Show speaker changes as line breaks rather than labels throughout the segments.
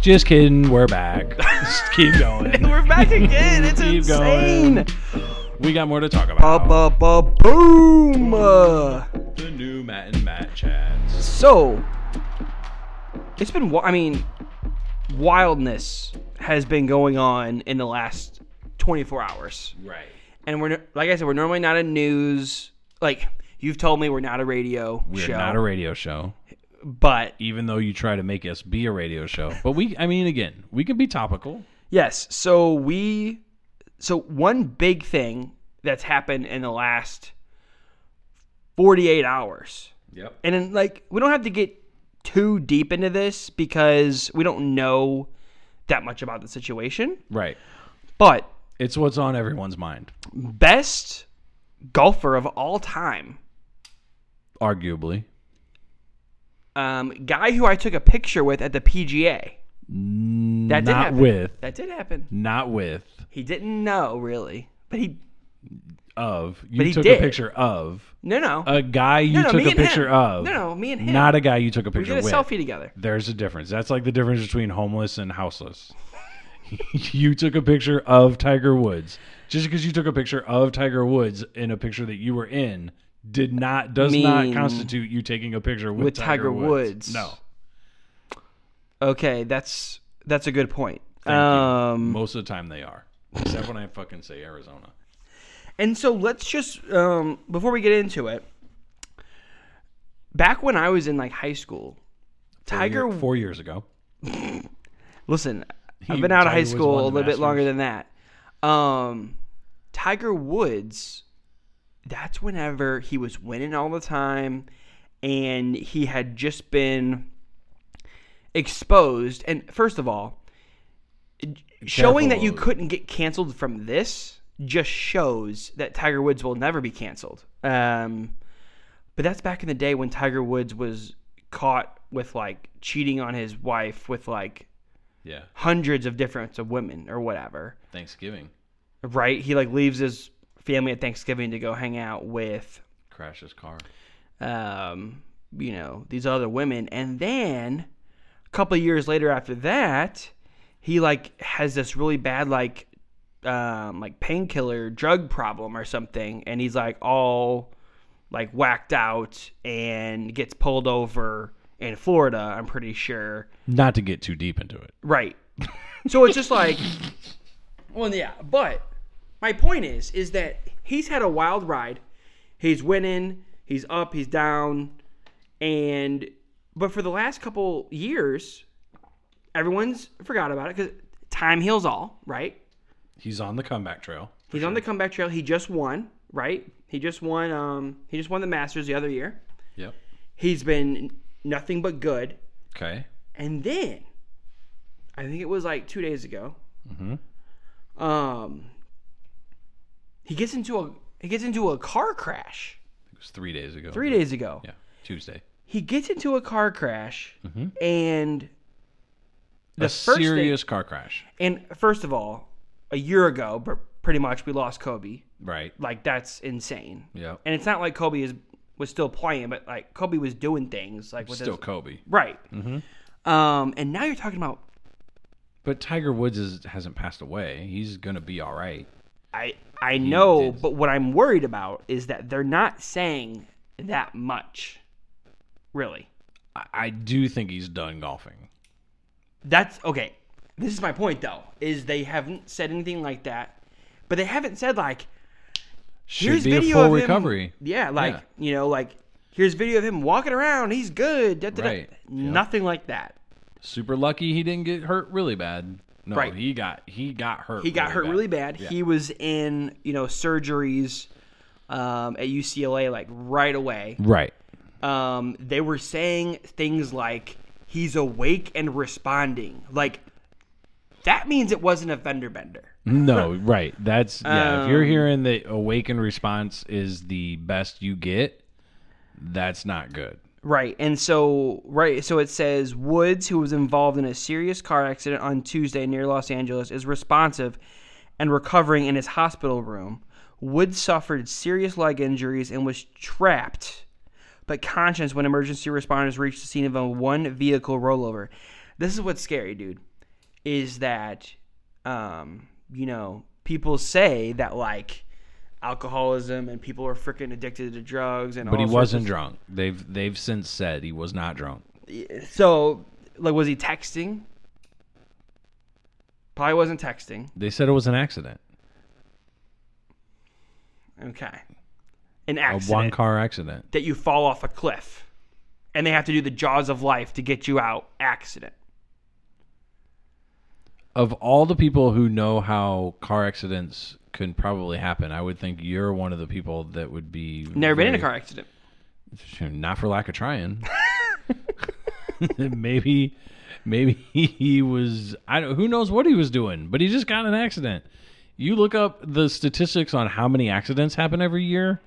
Just kidding. We're back. Just keep going.
We're back again. It's
keep
insane.
going. We got more to talk
Ba
about.
ba ba boom. Uh,
The new Matt and Matt chats.
so it's been. wi- I mean, wildness has been going on in the last 24 hours,
Right.
and we're like I said, we're normally not a news. Like you've told me, we're not a radio
We're
show,
not a radio show,
but
even though you try to make us be a radio show. But we, I mean, again, we can be topical.
Yes. So we, so one big thing that's happened in the last 48 hours,
Yep.
and then like, we don't have to get too deep into this because we don't know that much about the situation,
Right.
but
It's what's on everyone's mind,
best golfer of all time,
arguably.
um, guy who I took a picture with at the PGA. That
not
did happen.
with,
That did happen.
not with,
He didn't know really, but he,
of. You
he
took
did.
a picture of
no, no.
a guy you
no, no,
Uh, took
me
a
and him.
picture of.
No, no, me and him.
Not a guy you took a
we
picture
did a
with.
selfie together.
There's a difference. That's like the difference between homeless and houseless. you took a picture of Tiger Woods. Just because you took a picture of Tiger Woods in a picture that you were in did not does not
Mean-
constitute you taking a picture with,
With Tiger Woods.
No.
Okay, that's that's a good point.
Thank you.
Um,
Most of the time they are. Except when I fucking say Arizona.
and so let's just um, before we get into it, back when I was in like high school,
Four
Tiger.
year- four years ago.
listen, I've
He-
been out of
Tiger
high
Woods
school
won
a
the
little bit
Masters.
longer than that. Um, Tiger Woods. That's whenever he was winning all the time, and he had just been exposed. And first of all, showing that you
Careful.
couldn't get canceled from this just shows that Tiger Woods will never be canceled. Um, but that's back in the day when Tiger Woods was caught with like cheating on his wife with like
Yeah.
hundreds of different of women or whatever,
Thanksgiving.
right? He like leaves his family at Thanksgiving to go hang out with,
Crashed his car.
um, you know, these other women, and then a couple of years later after that, he like has this really bad like, um, like painkiller drug problem or something, and he's like all like whacked out and gets pulled over in Florida. I'm pretty sure.
Not to get too deep into it.
Right. So it's just like, well, yeah. But my point is, is that he's had a wild ride. He's winning. He's up. He's down. And but for the last couple years, everyone's forgot about it because time heals all, right?
He's on the comeback trail.
He's on the comeback trail. He just won, right? He just won. Um, he just won the Masters the other year.
Yep.
He's been nothing but good.
Okay.
And then, I think it was like two days ago.
Mm-hmm.
Um, he gets into a he gets into a car crash
It was three days ago.
three days ago.
Yeah. Mm-hmm. Tuesday.
He gets into a car crash, and
a
first thing-
serious car crash.
and first of all, a year ago, but pretty much we lost Kobe.
Right.
Like that's insane.
Yep.
And it's not like Kobe is was still playing, but like Kobe was doing things like with
Still mm-hmm.
his,
Kobe.
right. Um, and now you're talking about
But Tiger Woods is, hasn't passed away. He's going to be all right.
I I know,
did.
but what I'm worried about is that they're not saying that much. Really.
I, I do think he's done golfing.
That's okay. This is my point though, is they haven't said anything like that. But they haven't said like
Should
here's
be
video
a full
of him.
recovery.
Yeah, like
Yeah.
you know, like here's video of him walking around, he's good. da, da, da.
Right. Yep.
Nothing like that.
Super lucky he didn't get hurt really bad. No,
Right.
he got he got hurt.
He got hurt really bad.
Yeah.
He was in, you know, surgeries um, at UCLA like right away.
Right.
um, they were saying things like he's awake and responding. Like that means it wasn't a fender bender.
No, right. That's yeah. if
Um,
you're hearing that awakened response is the best you get, that's not good.
Right. And so right so it says Woods, who was involved in a serious car accident on Tuesday near Los Angeles, is responsive and recovering in his hospital room. Woods suffered serious leg injuries and was trapped but conscious when emergency responders reached the scene of a one vehicle rollover. This is what's scary, dude. is that um, you know people say that like alcoholism and people are freaking addicted to drugs and
But he
all sorts
wasn't
of-
drunk. They've they've since said he was not drunk.
so like was he texting probably wasn't texting
They said it was an accident,
okay an
a one
accident
car accident.
that you fall off a cliff and they have to do the jaws of life to get you out accident
Of all the people who know how car accidents can probably happen, I would think you're one of the people that would be
never been in a
very-
car accident
not for lack of trying. maybe, maybe he was. I don't. Who knows what he was doing? But he just got in an accident. You look up the statistics on how many accidents happen every year,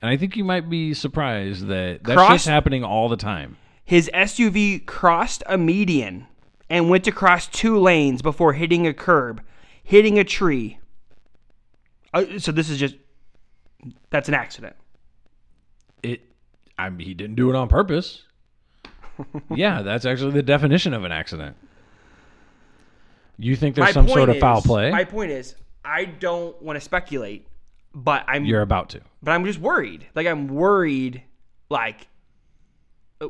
and I think you might be surprised that that's
Cross-
just happening all the time.
His SUV crossed a median and went across two lanes before hitting a curb, hitting a tree. Uh, so this is just that's an accident.
It. I mean, he didn't do it on purpose. yeah, that's actually the definition of an accident. You think there's some sort of foul
is-
play?
My point is, I don't want to speculate, but I'm
You're about to.
but I'm just worried. Like I'm worried. Like uh,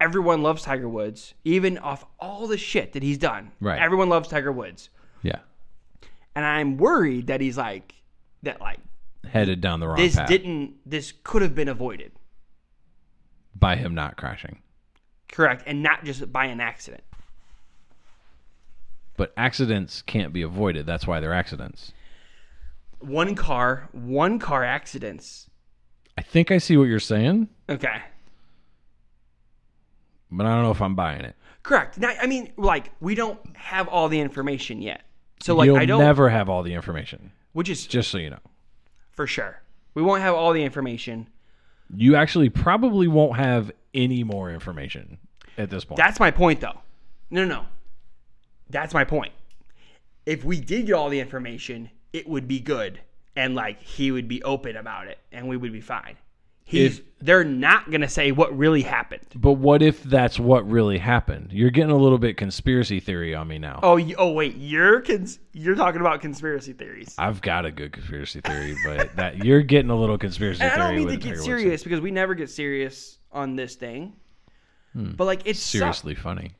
everyone loves Tiger Woods, even off all the shit that he's done.
Right.
Everyone loves Tiger Woods,
Yeah,
and I'm worried that he's like that. Like
headed down the wrong
this
path
didn't this could have been avoided
by him not crashing.
correct and not just by an accident
but accidents can't be avoided. That's why they're accidents.
one car one car accidents
I think I see what you're saying,
okay
but I don't know if I'm buying it.
correct now i mean like we don't have all the information yet so like
You'll
i don't
never have all the information,
which is
just so you know.
for sure we won't have all the information
You actually probably won't have any more information at this point.
that's my point though no no no that's my point if we did get all the information it would be good and like he would be open about it and we would be fine he's they're not gonna say what really happened
but what if that's what really happened? You're getting a little bit conspiracy theory on me now.
Oh, you, oh wait, you're cons- you're talking about conspiracy theories.
I've got a good conspiracy theory, but that you're getting a little conspiracy
And I
theory.
don't mean
with
to
the
get
Tiger Woods
serious because we never get serious on this thing. But like it
thing.
sucks.
Hmm. Seriously funny.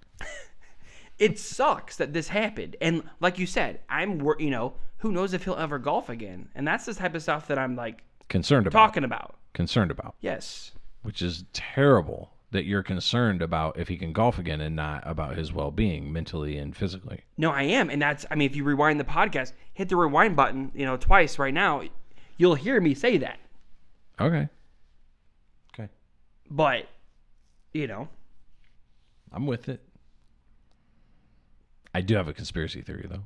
It sucks that this happened. And like you said, I'm wor- you know who knows if he'll ever golf again. And that's the type of stuff that I'm like
Concerned about.
talking about.
Concerned about.
Yes,
which is terrible that you're concerned about if he can golf again and not about his well-being mentally and physically.
no, I am, and that's I mean if you rewind the podcast, hit the rewind button, you know twice right now, you'll hear me say that.
Okay. Okay.
But you know,
I'm with it. I do have a conspiracy theory though.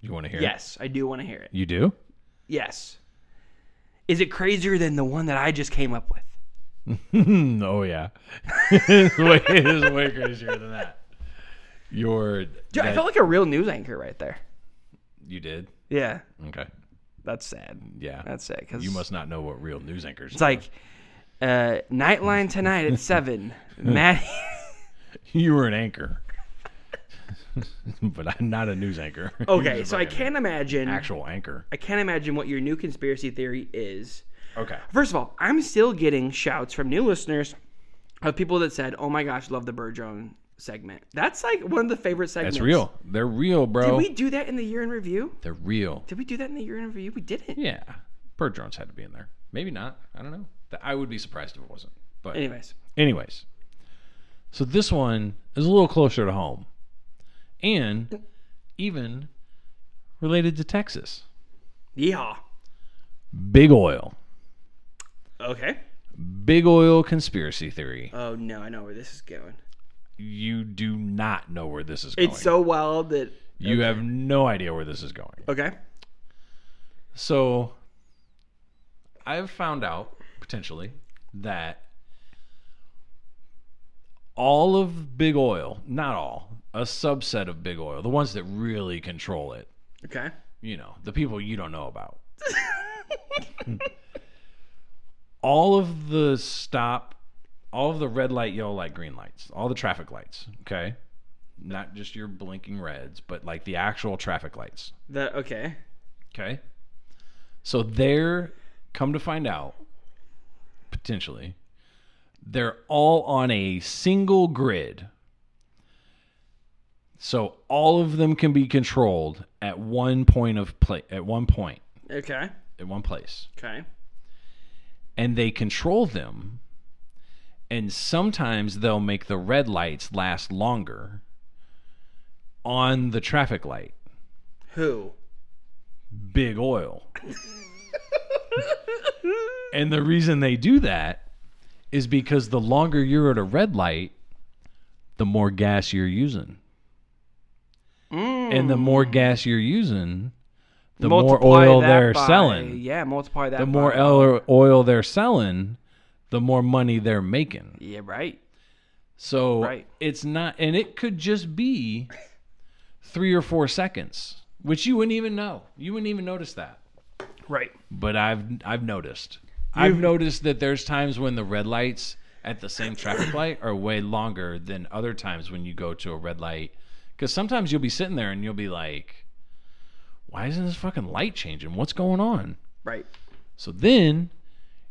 You want to hear? it?
yes, I do want to hear it.
You do?
Yes. Is it crazier than the one that I just came up with?
oh yeah. it's, way, it's way crazier than that. Your
Dude, I
that-
felt like a real news anchor right there.
you did.
Yeah,
Okay.
that's sad.
Yeah.
That's sad because
you must not know what real news anchors.
It's like uh, Nightline tonight at seven. Matt,
you were an anchor. but I'm not a news anchor. You
okay,
just
so I
like an
can't imagine.
actual anchor.
I can't imagine what your new conspiracy theory is.
Okay.
First of all, I'm still getting shouts from new listeners of people that said, "Oh my gosh, love the Bird Drone segment." That's like one of the favorite segments.
That's real. They're real,
Did
bro.
we do that in the year in review?
They're real.
Did we do that in the year in review? We didn't.
Yeah. Bird drones had to be in there. Maybe not. I don't know. Th- I would be surprised if it wasn't. But
Anyways,
anyways. So this one is a little closer to home. And even related to Texas.
yeehaw.
Big oil.
Okay.
Big oil conspiracy theory.
Oh no, I know where this is going.
You do not know where this is going.
It's so wild that
you have no idea where this is going.
okay.
So I've found out potentially that all of big oil, not all, a subset of big oil, the ones that really control it,
Okay.
you know, the people you don't know about. all of the stop, all of the red light, yellow light, green lights, all the traffic lights, okay? not just your blinking reds, but like the actual traffic lights.
That okay.
Okay. So they're come to find out, potentially, they're all on a single grid. So all of them can be controlled at one point of play at one point
Okay.
at one place.
Okay.
And they control them. And sometimes they'll make the red lights last longer on the traffic light.
Who?
big oil. and the reason they do that is because the longer you're at a red light, the more gas you're using. And the more gas you're using, the more
Mm. Multiply
oil
that
they're
by-
selling.
Yeah, multiply that.
The more
by-
el- oil they're selling, the more money they're making.
Yeah. Right.
So
Right.
it's not, and it could just be three or four seconds, which you wouldn't even know. You wouldn't even notice that.
Right.
but I've I've noticed. I've noticed that there's times when the red lights at the same traffic light are way longer than other times when you go to a red light. Because sometimes you'll be sitting there and you'll be like, "Why isn't this fucking light changing? What's going on?"
Right.
So then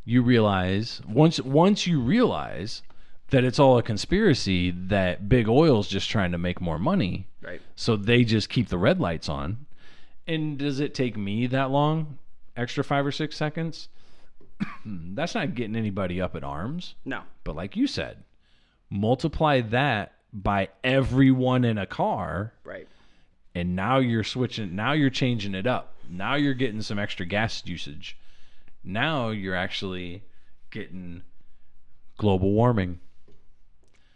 you realize once once you realize that it's all a conspiracy that big oil's just trying to make more money.
Right.
So they just keep the red lights on. And does it take me that long? Extra five or six seconds? That's not getting anybody up in arms.
No.
But like you said, multiply that by everyone in a car,
Right.
and now you're switching. Now you're changing it up. Now you're getting some extra gas usage. Now you're actually getting global warming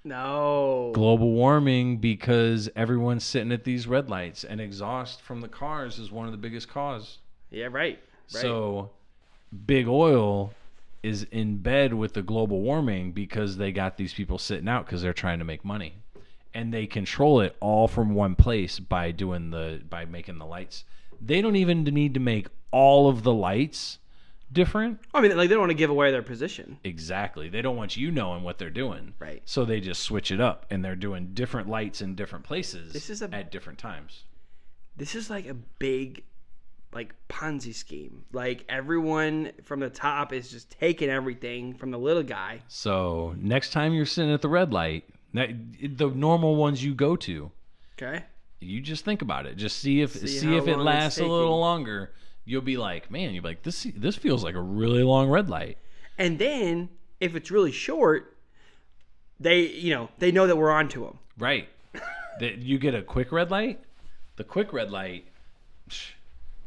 No.
global warming because everyone's sitting at these red lights and exhaust from the cars is one of the biggest cause.
yeah. Right. Right.
So big oil is in bed with the global warming because they got these people sitting out cuz they're trying to make money. And they control it all from one place by doing the by making the lights. They don't even need to make all of the lights different.
I mean, like they don't want to give away their position.
Exactly. They don't want you knowing what they're doing.
Right.
So they just switch it up and they're doing different lights in different places
This is a-
at different times.
This is like a big, like Ponzi scheme. Like everyone from the top is just taking everything from the little guy.
So next time you're sitting at the red light, that, the normal ones you go to,
Okay.
you just think about it. Just see if see,
how
if it
long it's
lasts a little
taking.
longer. You'll be like, man, you'll be like, this this feels like a really long red light.
And then if it's really short, they you know they know that we're onto them.
Right. that you get a quick red light. The quick red light. psh,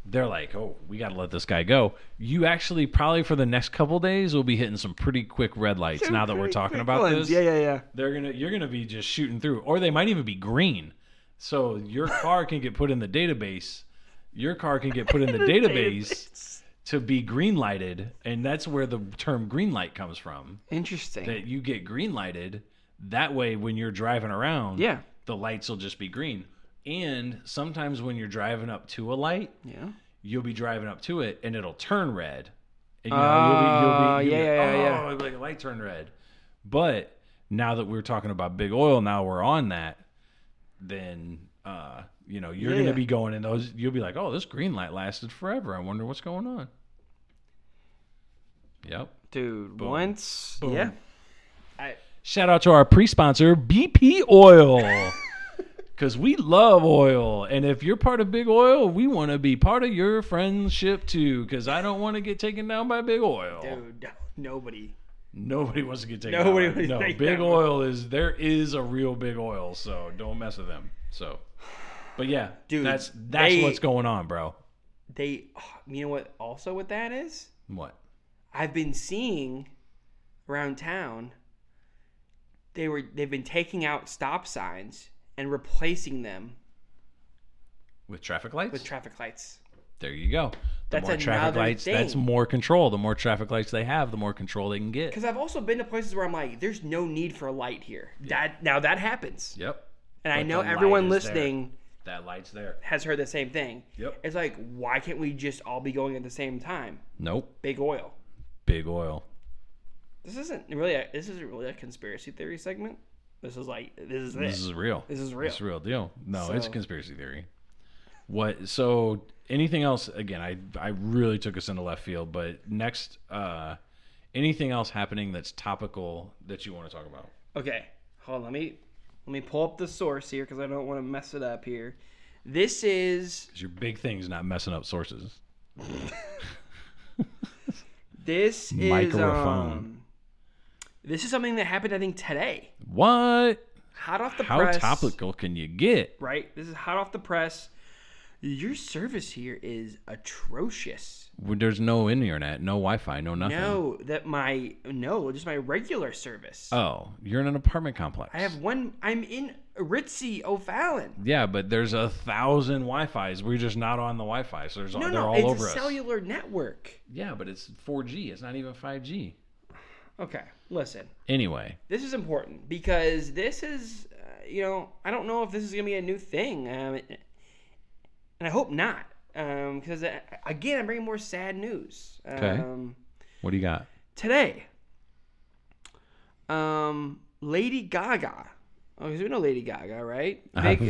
They're like, oh, we got to let this guy go. You actually probably for the next couple days will be hitting some pretty quick red lights. now that we're talking about this,
Yeah, yeah, yeah.
they're gonna you're gonna be just shooting through, or they might even be green. So your car can get put in the database. Your car can get put in the database to be green lighted, and that's where the term green light comes from
Interesting.
that you get green lighted that way when you're driving around
Yeah.
the lights will just be green and sometimes when you're driving up to a light
yeah.
you'll be driving up to it and it'll turn red and you know,
Ah,
you'll be you'll be, you'll be
yeah, yeah,
oh,
yeah, yeah."
it'll be like a light turned red but now that we're talking about big oil now we're on that then uh you know you're
Yeah,
gonna
yeah.
be going in those you'll be like oh this green light lasted forever i wonder what's going on yep
Dude, once
Boom.
yeah. I,
Shout out to our pre-sponsor BP Oil. Cause we love oil, and if you're part of Big Oil, we want to be part of your friendship too. Cause I don't want to get taken down by Big Oil.
dude, no- nobody.
Nobody wants to get taken.
Nobody
down by
wants to
No,
take
Big
down.
Oil is there is a real Big Oil, so don't mess with them. So, but yeah,
Dude,
that's that's
they-
what's going on, bro.
They oh, you know what also what that is?
What?
I've been seeing around town they were they've been taking out stop signs and replacing them
With traffic lights?
with traffic lights.
there you go. The
That's
more traffic
another
lights, that's
thing.
more control. The more traffic lights they have, the more control they can get.
Because I've also been to places where I'm like, there's no need for a light here. That now that happens,
Yep.
and I
But
know
the light
everyone
is there.
listening
That light's there.
has heard the same thing.
Yep.
It's like, why can't we just all be going at the same time?
Nope.
Big oil.
Big oil.
This isn't really a, this isn't really a conspiracy theory segment. This is like this is it.
This is real.
This is real.
It's real deal. No, it's
So-
conspiracy theory. What? So anything else? Again, I I really took us into left field. But next, uh, anything else happening that's topical that you want to talk about?
Okay, hold on. Let me let me pull up the source here because I don't want to mess it up here. This is
'Cause your big thing's not messing up sources.
this is
Microphone.
um, this is something that happened I think today,
What?
hot off the
How
press.
topical can you get?
Right, this is hot off the press. Your service here is atrocious.
When there's no internet, no Wi-Fi, no nothing.
No, that my no, just my regular service.
Oh, you're in an apartment complex.
I have one. I'm in Ritzy O'Fallon.
Yeah, but there's a thousand Wi-Fi's. We're just not on the Wi-Fi, so there's
No,
they're
no,
all
it's
over
a
us.
cellular network.
Yeah, but it's 4G. It's not even 5G.
Okay, listen.
Anyway,
this is important because this is, uh, you know, I don't know if this is going to be a new thing, um, and I hope not, because uh again, I'm bringing more sad news. Um,
Okay. what do you got?
Today, um, Lady Gaga. Oh, 'cause we know Lady Gaga, right? Big,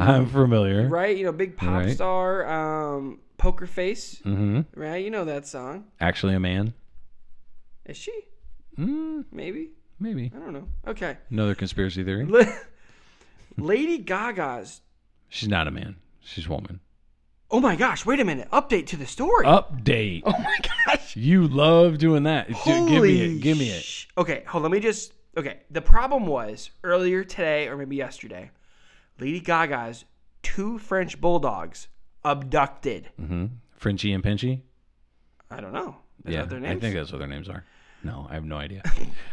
I'm familiar.
right? You know, big pop
Uh-huh. Right.
star. Um, Poker Face,
Mm-hmm.
right? You know that song.
Actually, a man.
Is she?
Mm,
Maybe.
maybe
I don't know. Okay.
another conspiracy theory.
Lady Gaga's
She's not a man. She's a woman.
Oh my gosh, wait a minute. Update to the story.
Update.
oh my gosh.
You love doing that. Dude, give me it. Give me it.
sh- Okay, hold let me just Okay, the problem was earlier today or maybe yesterday, Lady Gaga's two French bulldogs abducted.
Mm-hmm. Frenchie and Pinchy.
I don't know. Is
yeah,
that their
I
names?
think that's what their names are. No, I have no idea.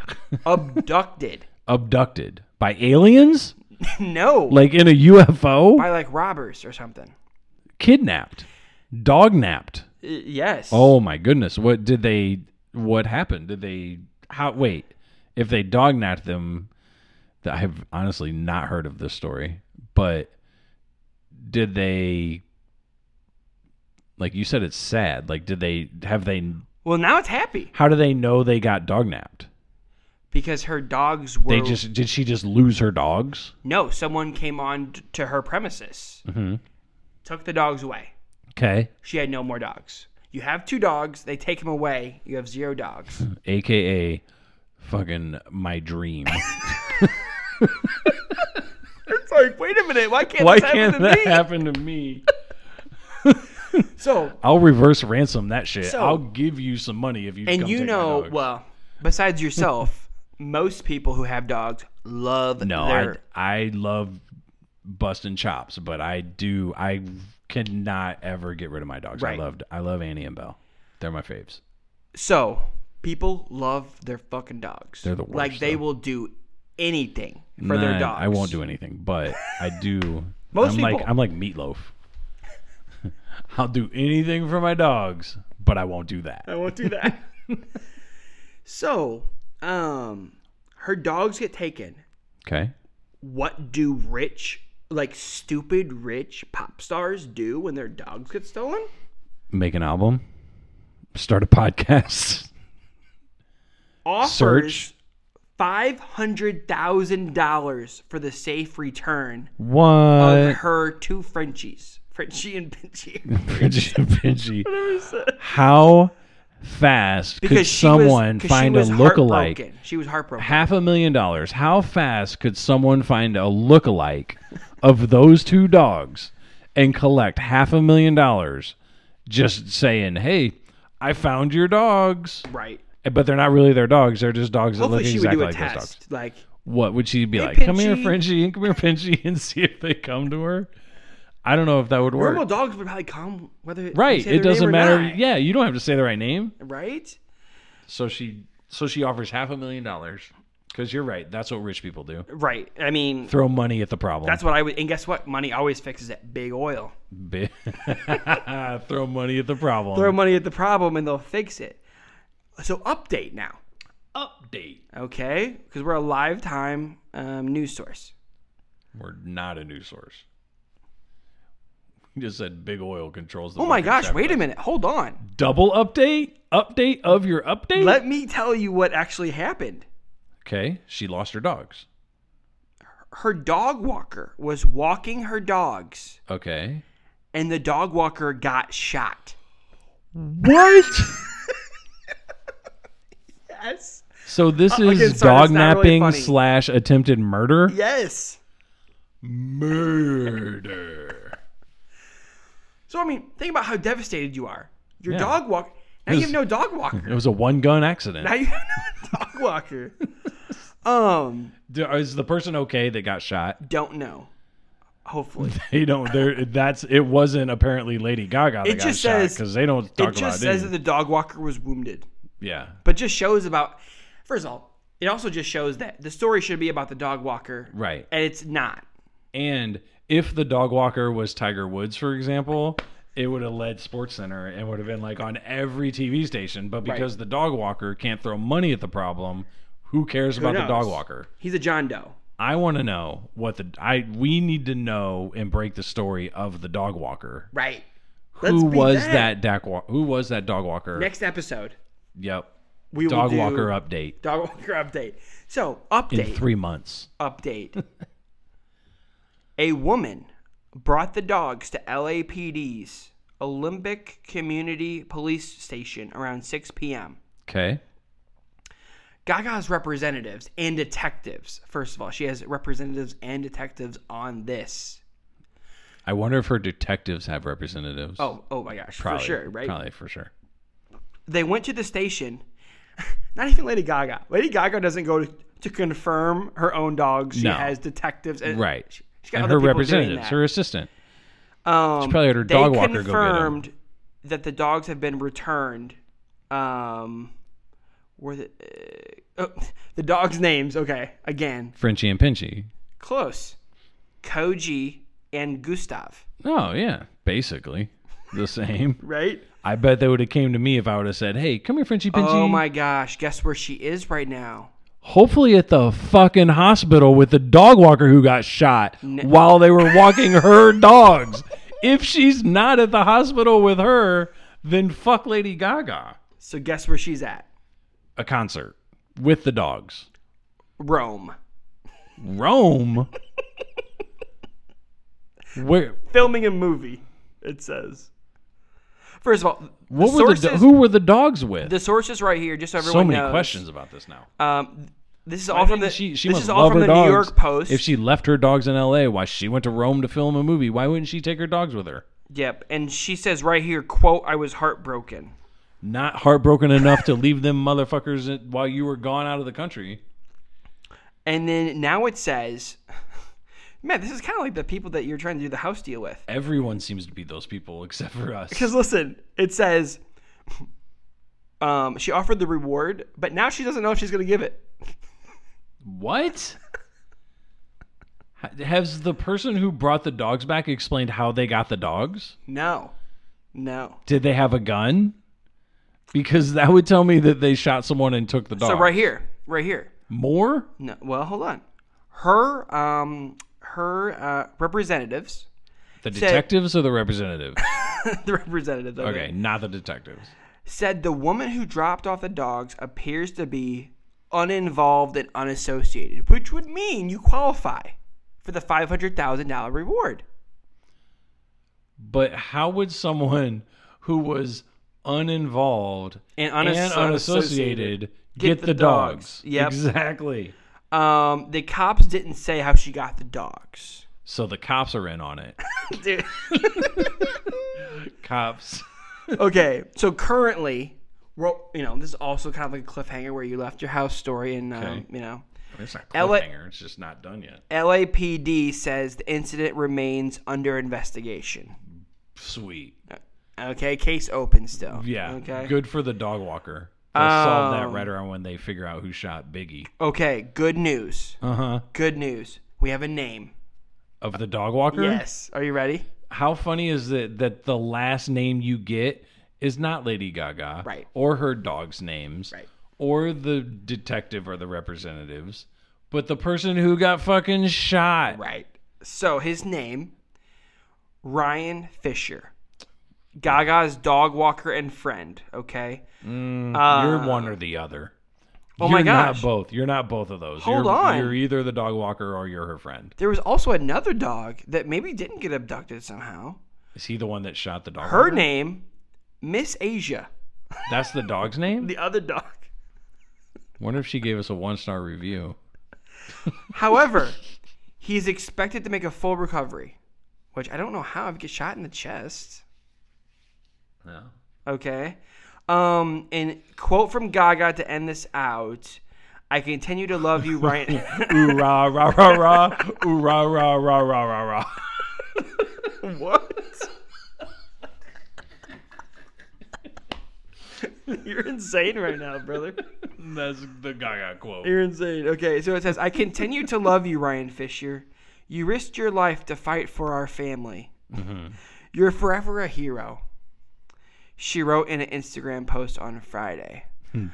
abducted.
Abducted by aliens,
no.
like in a UFO.
by like robbers or something.
Kidnapped, dog napped.
Y- yes.
Oh my goodness! What did they? What happened? Did they? How? Wait, if they dog napped them, I have honestly not heard of this story. But did they? Like you said, it's sad. Like, did they? Have they?
Well, now it's happy
How do they know they got dog napped?
because her dogs were
They just did she just lose her dogs?
No, someone came on t- to her premises.
Mm-hmm.
Took the dogs away.
Okay,
She had no more dogs. You have two dogs, they take them away. You have zero dogs.
Hmm. aka fucking my dream.
it's like, wait a minute, why can't
Why
this happen
can't
to
that
me?
happen to me?
So,
I'll reverse ransom that shit.
So-
I'll give you some money if you
and
come
you
take my
know,
dogs.
well, besides yourself, most people who have dogs love
No,
their.
I I love busting chops, but I do I cannot ever get rid of my dogs.
Right.
I loved I love Annie and Belle. They're my faves.
So, people love their fucking dogs.
They're the worst,
Like, they
though.
will do anything for their
Nah,
dogs.
I won't do anything, but I do
Most
I'm like
people-
I'm like meatloaf. I'll do anything for my dogs, but I won't do that.
I won't do that. so, um, her dogs get taken.
Okay.
what do rich like stupid rich pop stars do when their dogs get stolen
Make an album. Start a podcast.
offers
Search.
$500000 for the safe return
What?
of her two frenchies frenchie and pinchy
Pinchy, Pinchy. How fast could someone
because she
find a
was
lookalike?
heartbroken. she was heartbroken
Half a million dollars. How fast could someone find a lookalike of those two dogs and collect half a million dollars just saying, hey, I found your dogs?
right
But they're not really their dogs. They're just dogs that
hopefully
look
she
exactly
would
like
do a
those dogs.
test like
What would she be like? Come here,
Pinchy."
Frenchie, and come here, Pinchy, and see if they come to her. I don't know if that would work.
normal dogs would probably come whether you
Right.
say their
It doesn't
name or
matter.
not,
Yeah, you don't have to say the right name.
right
So she so she offers half a million dollars cuz you're right. That's what rich people do.
right i mean
Throw money at the problem.
that's what i would and guess what money always fixes that big oil
Bi- Throw money at the problem.
throw money at the problem and they'll fix it. So update now,
update.
okay? Because we're a live time um, news source.
We're not a news source. You just said big oil controls the
Oh my
market
gosh!
cap-
Wait a minute. Hold on.
Double update? Update of your update?
Let me tell you what actually happened.
okay, she lost her dogs.
her dog walker was walking her dogs,
Okay.
and the dog walker got shot.
What?
Yes.
so this
Uh,
is
again, sorry, that's
dog
not really
napping
funny.
slash attempted murder.
Yes.
Murder.
So I mean, think about how devastated you are. Your
Yeah.
dog walk. Now you
This-
have no dog walker.
It was a one gun accident.
Now you have no dog walker. Um,
D- Is the person okay that got shot?
don't know. Hopefully,
They don't. There. That's. It wasn't apparently Lady Gaga that
It
got
just
shot
says-
because they don't talk
it
about
just says
it.
that the dog walker was wounded,
yeah.
but just shows about. First of all, it also just shows that the story should be about the dog walker,
Right.
and it's not.
And if the dog walker was Tiger Woods, for example, it would have led Sports Center and would have been like on every TV station. But because the dog walker can't throw money at the problem, who cares about the
knows?
dog walker?
He's a John Doe.
I want to know what the I we need to know and break the story of the dog walker.
Right.
Who
be
was that, dak wa- Who was that dog walker?
Next episode,
yep.
we will
Dog
do
walker update
Dog walker update. So
in
update.
three months.
update. a woman brought the dogs to LAPD's Olympic Community Police Station around 6 p.m.
Okay.
Gaga's representatives and detectives, first of all, she has representatives and detectives on this.
I wonder if her detectives have representatives.
Oh, oh my gosh,
Probably,
for sure, right?
Probably for sure.
They went to the station. Not even Lady Gaga. Lady Gaga doesn't go to, to confirm her own dogs. She
No.
has detectives. And
Right.
She, has got
And
other
her
people doing
representatives,
that.
her assistant.
Um,
probably had her
they
dog walker go get 'em.
confirmed that the dogs have been returned. Um, were the uh, oh, the dogs' names? Okay, again,
Frenchie and Pinchy.
close. Koji and Gustav,
Oh yeah, basically the same.
right?
I bet they would have came to me if I would have said, "Hey, come here, Frenchie Pinchy."
Oh my gosh! Guess where she is right now?
Hopefully at the fucking hospital with the dog walker who got shot while they were walking her dogs. If she's not at the hospital with her, then fuck Lady Gaga.
So guess where she's at?
A concert with the dogs.
Rome,
Rome. Where?
filming a movie. It says. First of all, the
What were the, do-
sources.
who were the dogs with?
the sources right here, just so everyone
so many
knows.
questions about this now.
Um, this is all from the.
she, she
this
must
is all
love
from
her
the
dogs.
New York Post.
If she left her dogs in L.A., why she went to Rome to film a movie? Why wouldn't she take her dogs with her?
Yep, and she says right here, "quote I was heartbroken."
Not heartbroken enough to leave them motherfuckers in- while you were gone out of the country.
And then now it says, "Man, this is kind of like the people that you're trying to do the house deal with."
Everyone seems to be those people except for us.
Because listen, it says, um, she offered the reward, but now she doesn't know if she's going to give it.
What? Ha- Has the person who brought the dogs back explained how they got the dogs?
No, no.
Did they have a gun? Because that would tell me that they shot someone and took the dog.
So right here, right here.
More?
No, well, hold on. Her, um, her uh, representatives,
The detectives or the representative?
the representatives. of it,
Okay, not the detectives.
said the woman who dropped off the dogs appears to be uninvolved and unassociated, which would mean you qualify for the $500,000 reward.
But how would someone who was uninvolved
And
and
unass-
unassociated get,
Get
the,
the
dogs?
dogs. Yep.
Exactly.
Um, the cops didn't say how she got the dogs.
So the cops are in on it.
Dude.
cops.
okay, so currently, we're, you know, this is also kind of like a cliffhanger where you left your house story and, um,
Okay.
you know,
It's not
LA
cliffhanger. It's just not done yet.
LAPD says the incident remains under investigation.
Sweet.
Okay, case open still.
Yeah.
Okay.
Good for the dog walker. They'll solve that right around when they figure out who shot Biggie.
Okay, good news.
Uh huh.
Good news. We have a name.
Of the dog walker.
Yes. Are you ready?
how funny is it that the last name you get is not Lady Gaga,
Right.
or her dog's names,
Right.
or the detective or the representatives, but the person who got fucking shot.
Right. So his name, Ryan Fisher. Gaga's dog walker and friend, okay?
You're one or the other.
Uh, Oh my
You're
gosh.
Not both. You're not both of those.
Hold
you're,
on.
You're either the dog walker or you're her friend.
There was also another dog that maybe didn't get abducted somehow.
Is he the one that shot the dog?
Her
walker?
name, Miss Asia.
That's the dog's name.
The other dog.
Wonder if she gave us a one star review.
However, he's expected to make a full recovery, which I don't know how if you get shot in the chest.
No.
Okay. Um, and quote from Gaga to end this out. I continue to love you, Ryan.
Ooh rah rah rah rah. Ooh rah rah rah rah rah rah.
what? You're insane right now, brother.
That's the Gaga quote.
You're insane. Okay, so it says, I continue to love you, Ryan Fisher. You risked your life to fight for our family.
Mm-hmm.
You're forever a hero. She wrote in an Instagram post on Friday. So
Hmm.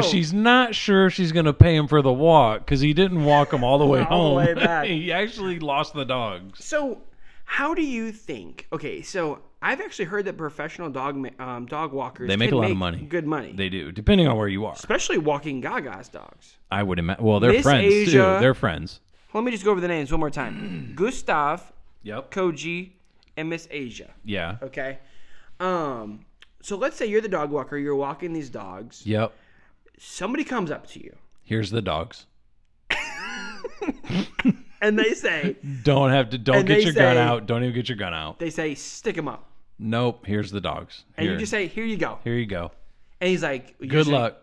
but she's not sure she's going to pay him for the walk because he didn't walk him all the way
All
home.
the way back.
he actually lost the dogs.
So, how do you think? Okay, so I've actually heard that professional dog ma- um, dog walkers
They make
can
a lot of money.
good money,
They do, depending on where you are.
especially walking Gaga's dogs.
I would imagine. Well, they're
Miss
friends
Asia-
too. They're friends.
Let me just go over the names one more time: Gustav,
Yep.
Koji, and Miss Asia.
Yeah.
Okay, um, so let's say you're the dog walker. You're walking these dogs.
Yep.
Somebody comes up to you
Here's the dogs.
and they say,
Don't have to. Don't
And
get
they
your gun
say-
out. Don't even get your gun out.
they say, stick him up,
Nope. Here's the dogs.
and
Here,
you just say, here you go.
here you go.
And he's like, "You're
Good
just gonna-"
luck.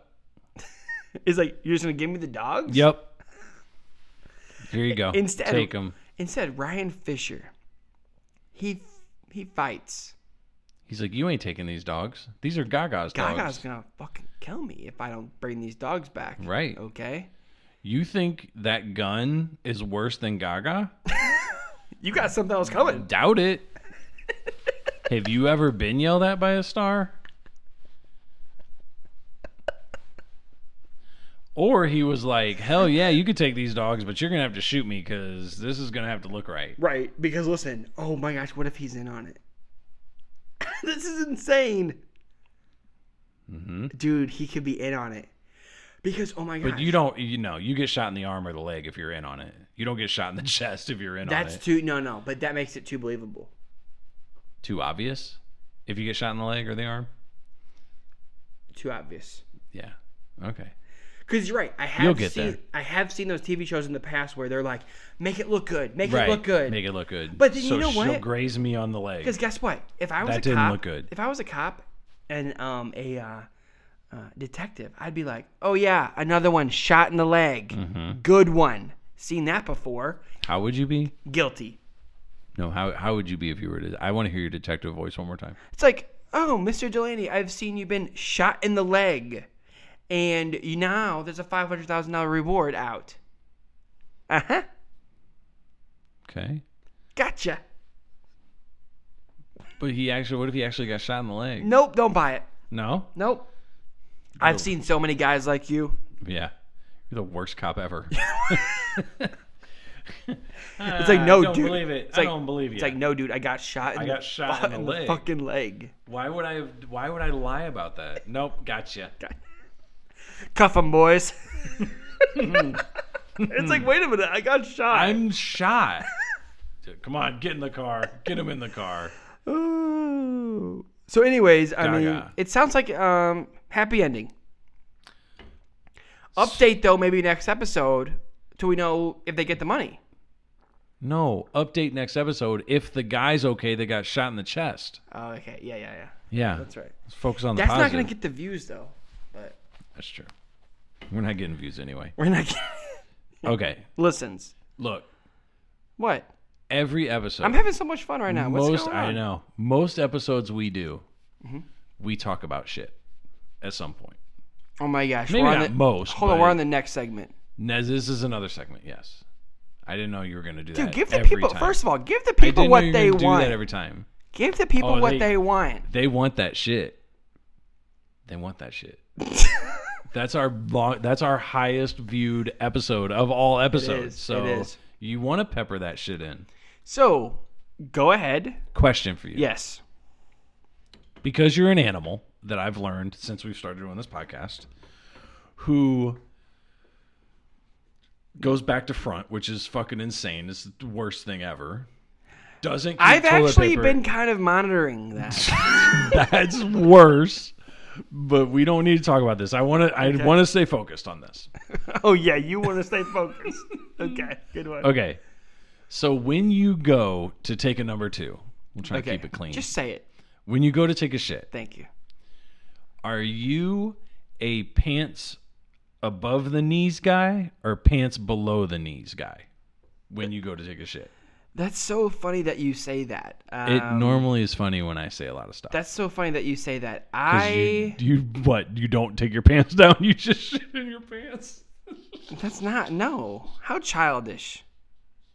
He's like, you're just gonna give me the dogs?
Yep. Here you go.
Instead of-
Take him.
Instead, Ryan Fisher, he he fights.
He's like, you ain't taking these dogs. These are Gaga's
Gaga's
dogs.
gonna fucking kill me if I don't bring these dogs back.
Right.
Okay.
You think that gun is worse than Gaga?
You got something else coming.
Doubt it. Have you ever been yelled at by a star? Or he was like, hell yeah, you could take these dogs, but you're going to have to shoot me because this is going to have to look right.
Right. Because listen, oh my gosh, what if he's in on it? this is insane. Dude, he could be in on it. Because oh my gosh,
Mm-hmm. But you don't, you know, you get shot in the arm or the leg if you're in on it. You don't get shot in the chest if you're in on it.
that's too no no. But that makes it too believable.
too obvious if you get shot in the leg or the arm?
Too obvious.
Yeah. Okay.
Because you're right. I have
You'll get
seen
there.
I have seen those TV shows in the past where they're like, make it look good, make
right.
it look good,
Make it look good.
But then you
so
know
she'll
what?
graze me on the leg.
Because guess what? If I was
That
a
didn't
cop,
look good.
if I was a cop and um a uh, uh, detective, I'd be like, "Oh yeah, another one shot in the leg.
Mm-hmm.
Good one. Seen that before.
How would you be?
Guilty."
No, how how would you be if you were? To, I want to hear your detective voice one more time.
It's like, "Oh, Mr. Delaney, I've seen you been shot in the leg, and you now there's a five hundred thousand dollar reward out." Uh huh.
Okay.
Gotcha.
But he actually, what if he actually got shot in the leg?
Nope. Don't buy it.
No.
Nope. I've seen so many guys like you.
Yeah. You're the worst cop ever.
It's like, no,
Uh, I don't
dude.
believe it.
It's
I
like-
don't believe you.
It's like, no, dude, I got shot. In
I
the
got shot in the leg.
fucking leg.
why would I? Why would I lie about that? Nope. Gotcha.
Cuff 'em, boys. it's like, wait a minute, I got shot.
I'm shot. Come on, get in the car. Get him in the car.
Ooh. so, anyways, I mean,
Gaga.
it sounds like um happy ending. Update though, maybe next episode, till we know if they get the money.
No, update next episode if the guy's okay that got shot in the chest.
Oh, okay, yeah, yeah, yeah.
Yeah.
That's right.
Let's focus on the
That's not
positive.
gonna get the views though. But
That's true. We're not getting views anyway.
we're not getting
Okay.
listens.
Look,
What?
every episode.
I'm having so much fun right now. What's
most
going
I
on? Mm-hmm.
know. Most episodes we do, we talk about shit at some point.
Oh my gosh.
Maybe
we're on
not
the,
most,
Hold on,
but-
we're on the next segment.
Now, this is another segment. Yes. I didn't know you were going to do that.
Dude, give the
every
people
time.
first of all, give the
I didn't
people
know
what
you were
they
gonna do
want.
that every time.
Give the people
Oh,
what
they-
they, want.
They want that shit. They want that shit. that's our long, that's our highest viewed episode of all episodes.
is,
so
it is.
you want to pepper that shit in.
So, go ahead.
Question for you.
Yes.
Because you're an animal that I've learned since we've started doing this podcast who goes back to front, which is fucking insane. It's the worst thing ever. Doesn't keep
I've
toilet
actually
paper.
been kind of monitoring that.
That's worse. But we don't need to talk about this. I want to. I want to stay focused on this.
oh yeah, you want to stay focused. Okay, good one.
Okay. So when you go to take a number two, we'll try to
Okay,
keep it clean.
Just say it.
when you go to take a shit,
Thank you.
are you a pants above the knees guy or pants below the knees guy? When you go to take a shit,
That's so funny that you say that. Um,
it normally is funny when I say a lot of stuff.
That's so funny that you say that.
'Cause you,
I.
you what? You don't take your pants down. You just shit in your pants.
That's not no. How childish.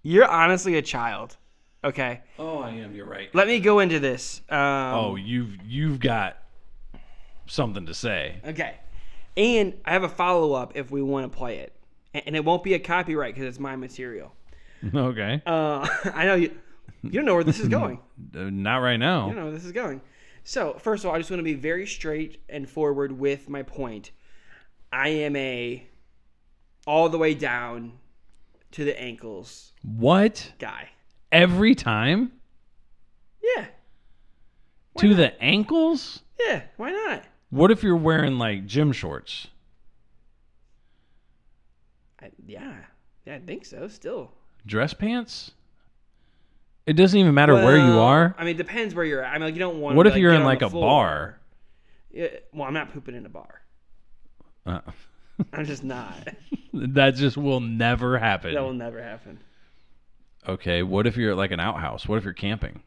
You're honestly a child. Okay.
Oh, I am. You're right.
Let me go into this. Um, oh.
Oh, you've you've got something to say.
Okay. And I have a follow up if we want to play it, A- and it won't be a copyright because it's my material.
Okay.
Uh, I know you. You don't know where this is going.
Uh, Not right now.
I don't know where this is going. So, first of all, I just want to be very straight and forward with my point. I am a all the way down to the ankles
What?
guy.
Every time?
Yeah,
to the ankles?
yeah. Why not?
What if you're wearing like gym shorts?
I, yeah, yeah. I think so. Still,
Dress pants? It doesn't even matter where you
Well,
are.
I mean, it depends where you're at. I mean, like, you don't want.
What
to,
if you're
get
in
on
like
the
a
floor.
bar?
Yeah, well, I'm not pooping in a bar.
Uh,
I'm just not.
that just will never happen.
that will never happen.
Okay, what if you're at like an outhouse? What if you're camping?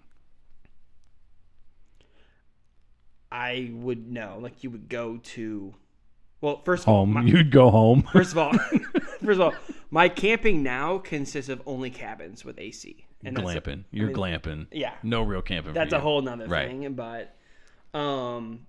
I would know. Like, you would go to. Well, first of all,
Home. You'd go home.
First of all, first of all, my camping now consists of only cabins with AC. And that's
glamping. You're glamping.
yeah,
No real camping.
that's
for
a
you.
whole nother
Right.
thing. But, um,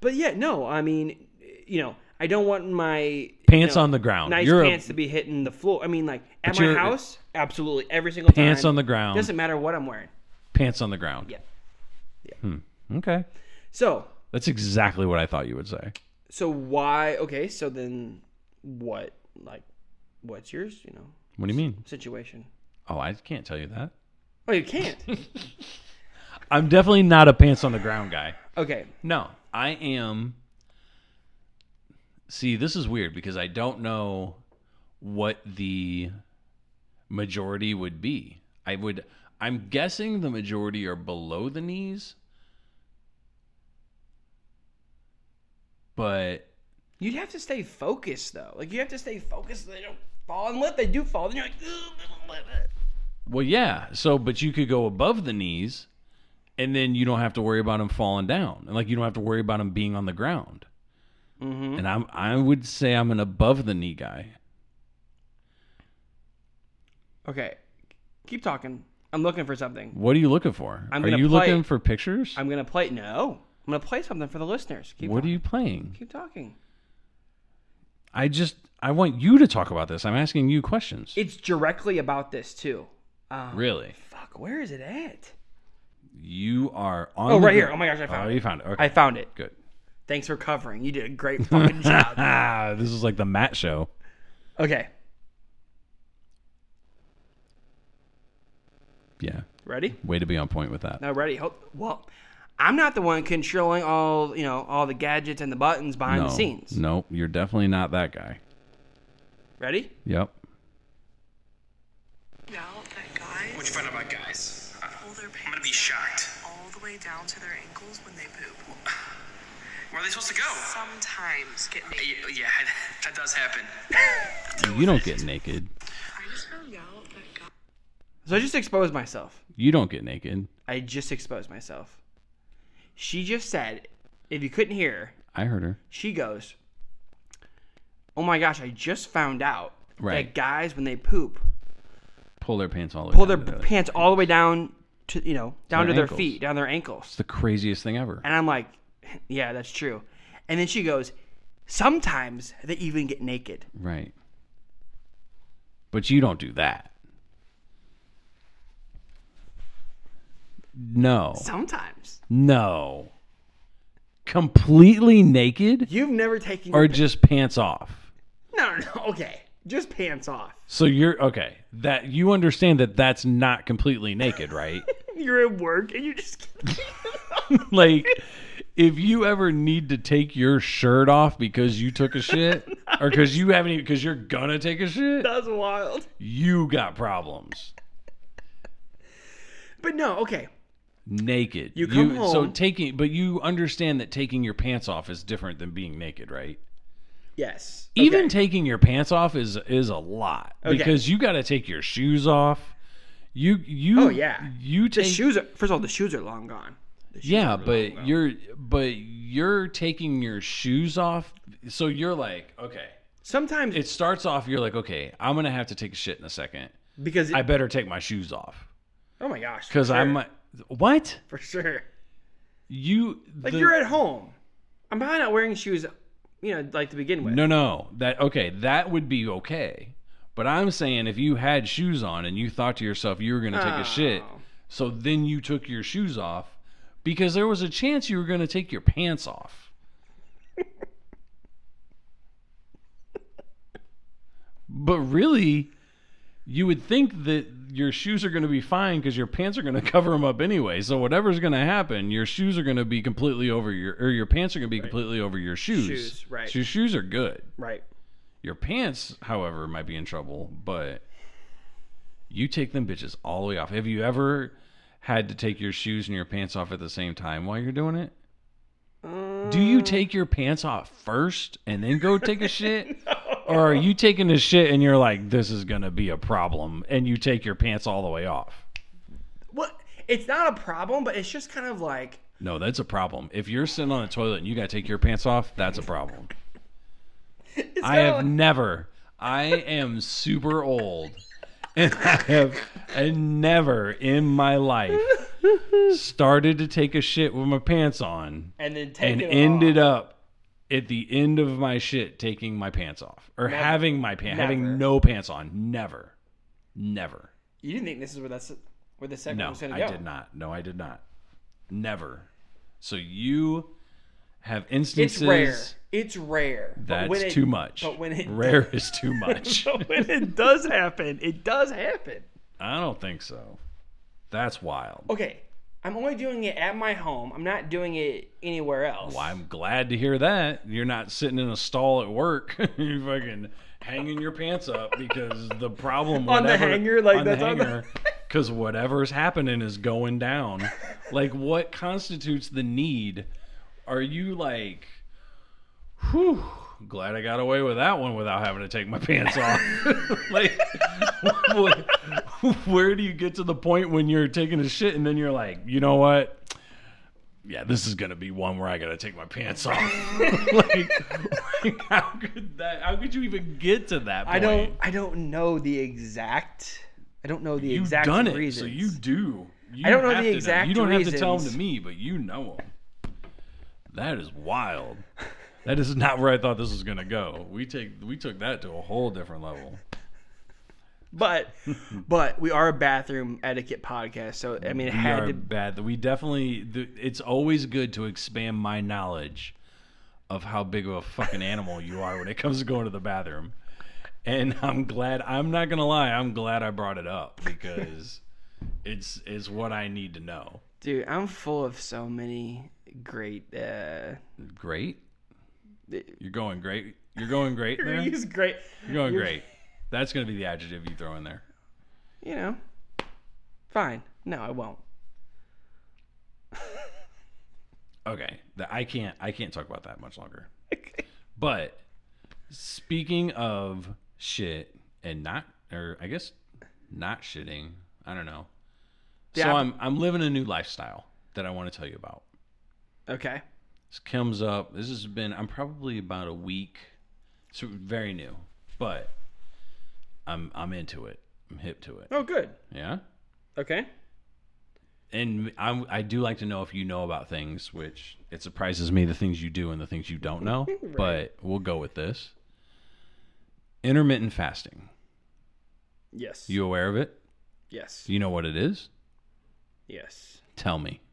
but yeah, no, I mean, you know, I don't want my
Pants
you know,
on the ground.
nice
you're
pants
a,
to be hitting the floor. I mean, like at
But
my
you're- uh,
house, absolutely every single time.
pants on the ground.
Doesn't matter what I'm wearing.
Pants on the ground.
Yeah.
Hmm. Okay.
So,
That's exactly what I thought you would say.
so why? Okay, so then what? Like, what's yours? You know,
What do you mean?
situation.
Oh, I can't tell you that.
Oh, you can't.
I'm definitely not a pants on the ground guy.
Okay.
No, I am. See, this is weird because I don't know what the majority would be. I would. I'm guessing the majority are below the knees, but
You'd have to stay focused though. Like you have to stay focused. So they don't fall, and if they do fall, then you're like, "Ugh."
well, yeah. So, but you could go above the knees, and then you don't have to worry about them falling down, and like you don't have to worry about them being on the ground. And I'm, I would say I'm an above the knee guy.
okay. Keep talking. I'm looking for something.
What are you looking for?
I'm
are
gonna
you
play-
looking for pictures?
I'm gonna play. No, I'm gonna play something for the listeners. Keep
what
talking.
are you playing?
Keep talking.
I just I want you to talk about this. I'm asking you questions.
It's directly about this too. Um,
really?
Fuck. Where is it at?
You are on
Oh,
the
right
gr-
here. Oh my gosh, I found
Oh,
it.
you found it. Okay.
I found it.
Good.
Thanks for covering. You did a great fucking job.
Ah, this is like the Matt show.
Okay.
Yeah.
Ready?
Way to be on point with that.
Now ready? Ho- Well, I'm not the one controlling all you know all the gadgets and the buttons behind
no.
the scenes.
Nope, you're definitely not that guy.
Ready?
Yep.
Now that guys
What'd you find out about guys?
pull their pants
I'm gonna be
down
shocked.
all the way down to their ankles when they poop.
Where are they supposed to go?
Sometimes get naked.
Yeah, yeah that does happen.
You don't get naked.
I just found out that guys.
So I just exposed myself.
You don't get naked.
I just exposed myself. She just said, if you couldn't hear, her,
I heard her.
she goes, Oh my gosh, I just found out
Right.
that guys, when they poop,
Pull their pants all the way
pull their
down to
pants all the way down to, you know, down
Their
to
ankles.
their feet, down their ankles.
It's the craziest thing ever.
And I'm like, Yeah, that's true. And then she goes, Sometimes they even get naked.
Right. But you don't do that. No.
Sometimes.
No. Completely naked
You've never taken your
or
pa-
just pants off?
No, no, no. Okay. just pants off.
So you're okay. That you understand that that's not completely naked, right?
You're at work and you just
like if you ever need to take your shirt off because you took a shit or because you haven't even because you're gonna take a shit,
that's wild.
you got problems.
But no, okay.
Naked.
You come
So
home-
taking, but you understand that taking your pants off is different than being naked, right?
Yes.
Even
Okay.
taking your pants off is is a lot
Okay.
because you got to take your shoes off. You you
Oh, yeah.
you
the
take
shoes are first of all the shoes are long gone. The shoes
Yeah,
are
but
long gone.
you're but you're taking your shoes off. So you're like, okay.
sometimes
It starts off you're like, okay, I'm going to have to take a shit in a second.
because it,
I better take my shoes off
oh my gosh for
cuz
sure,
I might What?
for sure
You
like
the-
you're at home. I'm probably not wearing shoes, you know, like to begin with.
No, no. That okay, that would be okay. But I'm saying if you had shoes on and you thought to yourself you were going to take a shit,
Oh.
so then you took your shoes off because there was a chance you were going to take your pants off. but really, you would think that your shoes are going to be fine because your pants are going to cover them up anyway. So whatever's going to happen, your shoes are going to be completely over your or your pants are going to be completely over your shoes.
Shoes, right.
So your shoes are good.
Right.
Your pants, however, might be in trouble, but you take them bitches all the way off. Have you ever had to take your shoes and your pants off at the same time while you're doing it? Do you take your pants off first and then go take a shit? Or are you taking a shit and you're like, this is going to be a problem, and you take your pants all the way off?
What? It's not a problem, but it's just kind of like
No, that's a problem. If you're sitting on the toilet and you got to take your pants off, that's a problem.
it's
I
kinda
have
like-
never. I am super old, and I have and never in my life started to take a shit with my pants on,
and then
and
taking it
ended
off.
up at the end of my shit taking my pants off or having my pants
Never.
having no pants on. Never, never.
You didn't think this is where that's where the segment
No,
was going to
I
go?
did not. No, I did not. Never. So you have instances.
It's rare. It's rare. But
That's
when it-
too much.
But when it
rare is too much.
but when it does happen, it does happen.
I don't think so. That's wild.
Okay, I'm only doing it at my home. I'm not doing it anywhere else.
Well, I'm glad to hear that. You're not sitting in a stall at work. You're fucking hanging your pants up because the problem
On the
whatever-
hanger, like, that's on the-
because whatever's happening is going down. like, what constitutes the need? Are you like, whew, glad I got away with that one without having to take my pants off? like, what, where do you get to the point when you're taking a shit and then you're like, you know what? Yeah, this is gonna be one where I gotta take my pants off. like, like, how could that? How could you even get to that point?
I don't. I don't know the exact. I don't know the
You've
exact
done it,
reasons.
so you do. You
I don't know
have
the
to
exact
You don't have to tell them
reasons.
to me, but you know them. That is wild. That is not where I thought this was gonna go. We take we took that to a whole different level.
But, but we are a bathroom etiquette podcast, so I mean, it
we
had
are
to.
bad. We definitely. th- It's always good to expand my knowledge of how big of a fucking animal you are when it comes to going to the bathroom. And I'm glad. I'm not gonna lie. I'm glad I brought it up because it's it's what I need to know.
Dude, I'm full of so many great. uh
Great. You're going great. You're going great there. You're
He's great.
going great. That's gonna be the adjective you throw in there.
You know. Fine. No, I won't.
Okay, that I can't. I can't talk about that much longer. But speaking of shit and not, or I guess not shitting, I don't know. So
Yeah.
I'm I'm living a new lifestyle that I want to tell you about.
Okay.
This comes up. This has been. I'm probably about a week. It's very new, but I'm I'm into it. I'm hip to it.
Oh, good.
Yeah.
Okay.
And I I do like to know if you know about things, which it surprises me the things you do and the things you don't know. But we'll go with this. Intermittent fasting.
Yes.
You aware of it?
Yes.
Do you know what it is?
Yes.
Tell me.
Uh,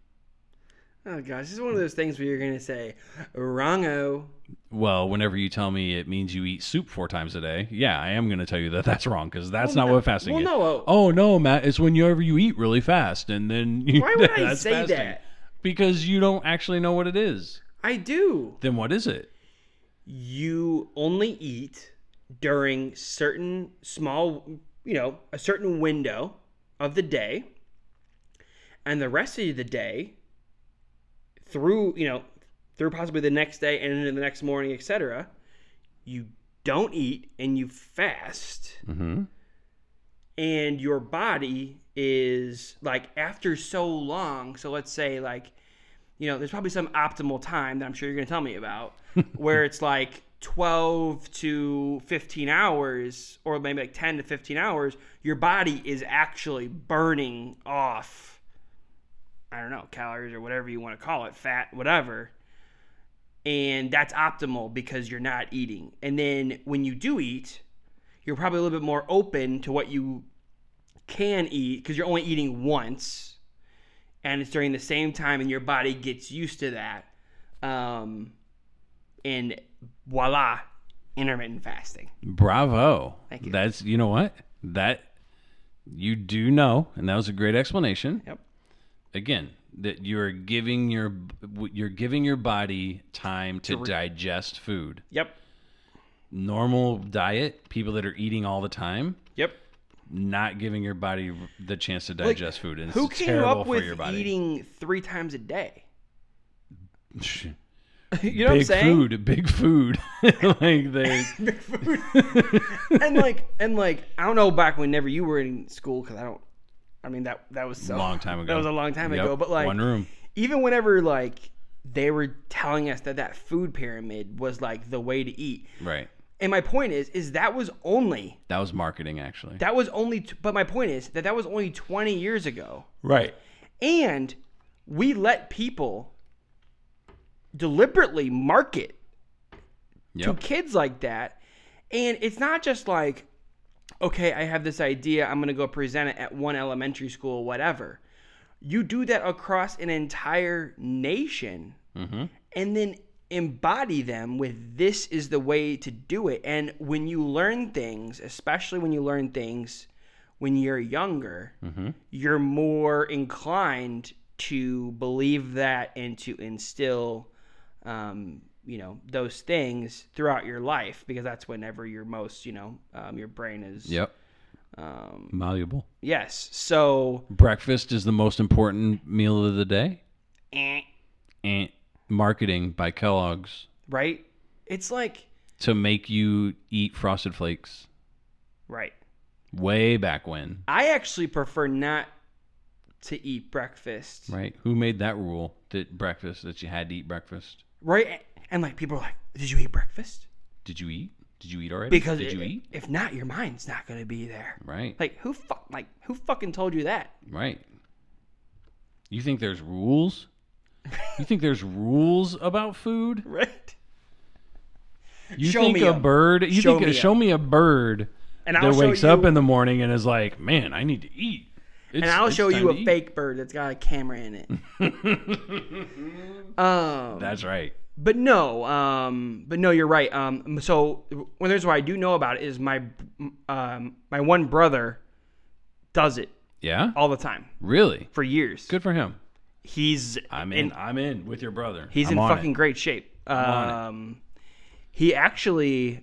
Oh gosh, this is one of those things where you're gonna say, "Wrongo."
Well, whenever you tell me it means you eat soup four times a day, yeah, I am going to tell you that that's wrong because that's not what fasting
well,
is.
no, oh.
oh no, Matt, it's whenever you eat really fast and then you.
Why would I
that's
say
fasting.
that?
Because you don't actually know what it is.
I do.
Then what is it?
You only eat during certain small, you know, a certain window of the day, and the rest of the day, through you know, through possibly the next day and into the next morning, etc. You don't eat and you fast.
Mm-hmm.
and your body is like after so long so let's say like you know there's probably some optimal time that i'm sure you're going to tell me about where it's like 12 to 15 hours or maybe like 10 to 15 hours your body is actually burning off i don't know calories or whatever you want to call it fat whatever and that's optimal because you're not eating and then when you do eat you're probably a little bit more open to what you can eat because you're only eating once and it's during the same time and your body gets used to that um, and voila intermittent fasting
Bravo.
Thank you.
That's you know what that you do know, and that was a great explanation.
Yep.
Again, that you're giving your you're giving your body time to digest food.
yep
Normal diet, people that are eating all the time,
yep
not giving your body the chance to digest food, and it's
who came
terrible
up
for
with
your body.
eating three times a day you know what i'm
big
saying
food, big food. like they,
and like and like i don't know back whenever you were in school because i don't i mean that that was so
long time ago.
that was a long time
Yep,
ago but like
one room.
even whenever like they were telling us that that food pyramid was like the way to eat
Right.
and my point is is that was only
That was marketing, actually.
that was only t- but my point is that that was only 20 years ago
right.
and we let people deliberately market to
Yep.
kids like that and it's not just like okay i have this idea i'm going to go present it at one elementary school whatever you do that across an entire nation
Mm-hmm.
and then embody them with this is the way to do it. And when you learn things, especially when you learn things when you're younger, you're more inclined to believe that and to instill, um, you know, those things throughout your life because that's whenever you're most, you know, um, your brain is.
Yep.
Um,
Malleable.
Yes. So,
Breakfast is the most important meal of the day.
eh,
And marketing by Kellogg's
right? It's like,
to make you eat Frosted Flakes
right.
way back when.
I actually prefer not to eat breakfast.
Right? Who made that rule that breakfast that you had to eat breakfast?
right? And like people are like, "Did you eat breakfast?"
Did you eat? Did you eat already?
Because
did you
i-
eat?
If not, your mind's not gonna be there.
Right.
Like who fuck? Like who fucking told you that?
Right. You think there's rules? You think there's rules about food?
Right?
You
Show
think
me
a
'em.
bird? You
Show
think
me 'em.
show me a bird
And
that
I'll show
wakes
you,
up in the morning and is like, "Man, I need to eat." It's-
and I'll
it's
show
time
you
to
a
eat."
fake bird that's got a camera in it. um,
Oh, That's right.
but no, um, but no, you're right. Um, so one reason why I do know about it is my um, my one brother does it
Yeah.
all the time
Really.
for years.
Good for him.
He's
I'm in. I'm in with your brother.
He's
I'm
in
on it.
fucking great shape.
on it.
Um, he actually,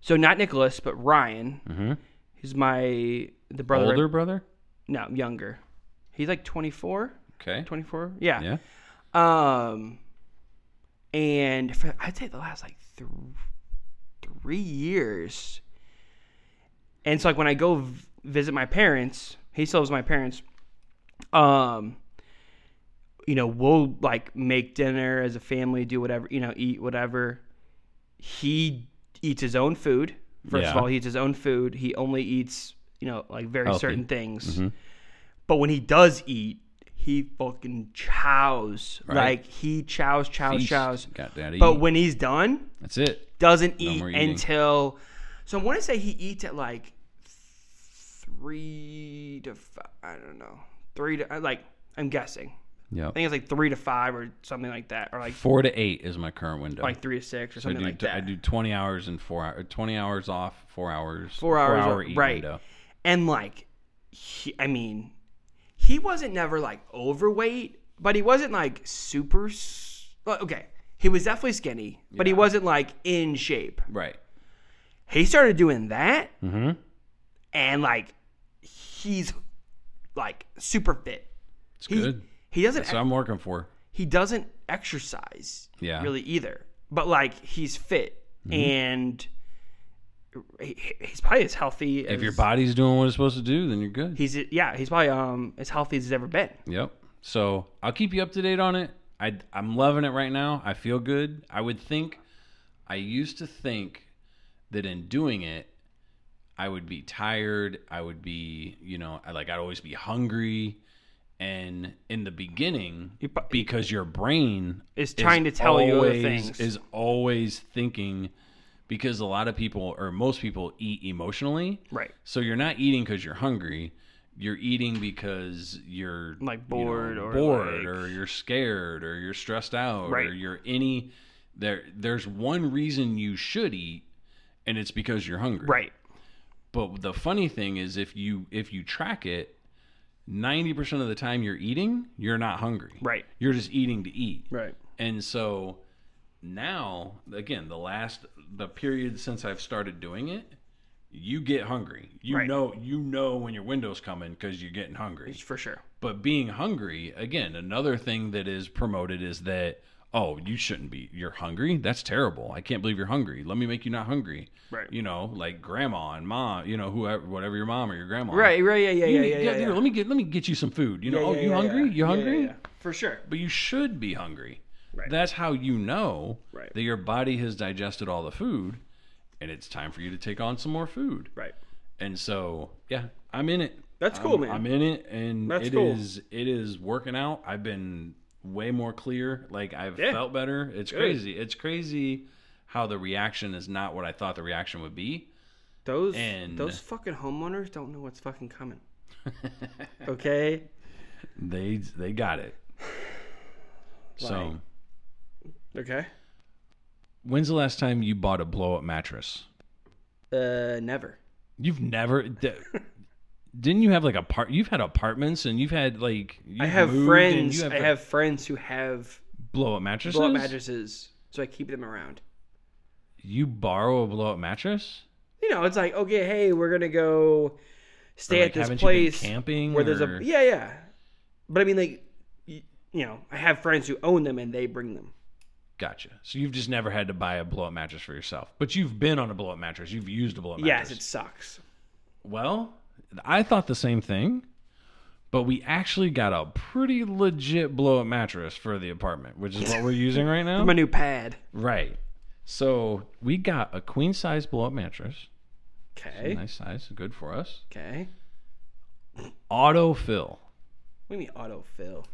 so not Nicholas, but Ryan.
Mhm.
He's my the brother.
older brother.
No, younger. He's like 24,
Okay.
24. Yeah.
Yeah.
Um, and for, I'd say the last like th- three years. And so like when I go v- visit my parents, he still lives with my parents. Um, you know, we'll like make dinner as a family, do whatever, you know, eat whatever. He eats his own food. First of
Yeah.
all, he eats his own food. He only eats, you know, like very
Healthy. Mm-hmm.
certain things. But when he does eat, he fucking chows.
Right.
Like he chows, chows,
Feast.
chows.
Got that.
But
eat.
when he's done,
that's it.
doesn't
No
eat
more eating.
until. So I want to say he eats at like three to five, I don't know three to like uh, I'm guessing
Yeah.
I think it's like three to five or something like that, or like
Four to eight is my current window.
like three to six or
So I
something
do, uh,
like that.
I do 20 hours and four hours, 20 hours off, four hours.
four hours,
hour
or-
eat
right?
window.
And like, he, I mean, he wasn't never like overweight, but he wasn't like super. s- well, Okay, he was definitely skinny, but he wasn't like in shape.
Right.
He started doing that,
Mm-hmm.
and like, he's like super fit.
It's
He,
good.
He doesn't.
That's what I'm working for.
he doesn't exercise
Yeah. Mm-hmm.
really either but like he's fit and he, he's probably as healthy as
If your body's doing what it's supposed to do, then you're good.
he's yeah he's probably um as healthy as he's ever been
Yep. So I'll keep you up to date on it. I I'm loving it right now. I feel good. I would think I used to think that in doing it, I would be tired. I would be, you know, I like I'd always be hungry. And in the beginning,
You pro-
because your brain
Is trying to tell you other
always-
things.
is always thinking because a lot of people or most people eat emotionally.
right
So you're not eating because you're hungry. You're eating because you're
Like bored or
bored
like-
or you're scared or you're stressed out or
Right.
you're any there. There's one reason you should eat, and it's because you're hungry.
right
But the funny thing is, if you if you track it, ninety percent of the time you're eating, you're not hungry.
Right.
You're just eating to eat.
right
And so now, again, the last the period since I've started doing it, you get hungry. You
Right.
know, you know when your window's coming because you're getting hungry.
for sure
But being hungry, again, another thing that is promoted is that oh, you shouldn't be. You're hungry. That's terrible. I can't believe you're hungry. Let me make you not hungry.
Right.
You know, like grandma and mom. You know, whoever, whatever your mom or your grandma.
right right yeah yeah
You
yeah
need-
yeah, yeah,
here, Let me get let me get you some food. You know,
Yeah,
oh,
yeah,
you
yeah,
hungry?
yeah.
You
Yeah, yeah,
hungry?
yeah. for sure
but you should be hungry.
Right.
That's how you know
Right.
that your body has digested all the food and it's time for you to take on some more food.
right
And so, yeah, I'm in it.
That's
I'm-
cool, man.
I'm in it and it
That's
is
cool.
it is working out. I've been way more clear. Like I've
Yeah.
felt better. It's crazy. It's crazy how the reaction is not what I thought the reaction would be.
those
And-
those fucking homeowners don't know what's fucking coming okay
They they got it. so,
okay
when's the last time you bought a blow up mattress?
uh never
You've never. d- Didn't you have like a part? You've had apartments and you've had like.
I
you've
have
moved and
friends.
you
I have friends who have
blow up mattresses.
blow up mattresses, so I keep them around.
You borrow a blow up mattress.
You know, it's like okay, hey, we're gonna go stay
Or,
at
like,
this
haven't you been
place
camping
where there's
or-
a yeah, yeah. But I mean, like y- you know, I have friends who own them and they bring them.
Gotcha. So you've just never had to buy a blow up mattress for yourself, but you've been on a blow up mattress. You've used a blow up mattress.
Yes, it sucks.
Well, I thought the same thing, but we actually got a pretty legit blow up mattress for the apartment, which is what we're using right now.
My new pad.
Right. So we got a queen size blow up mattress.
Okay.
Nice size, good for us.
Okay.
Autofill.
What do you mean autofill?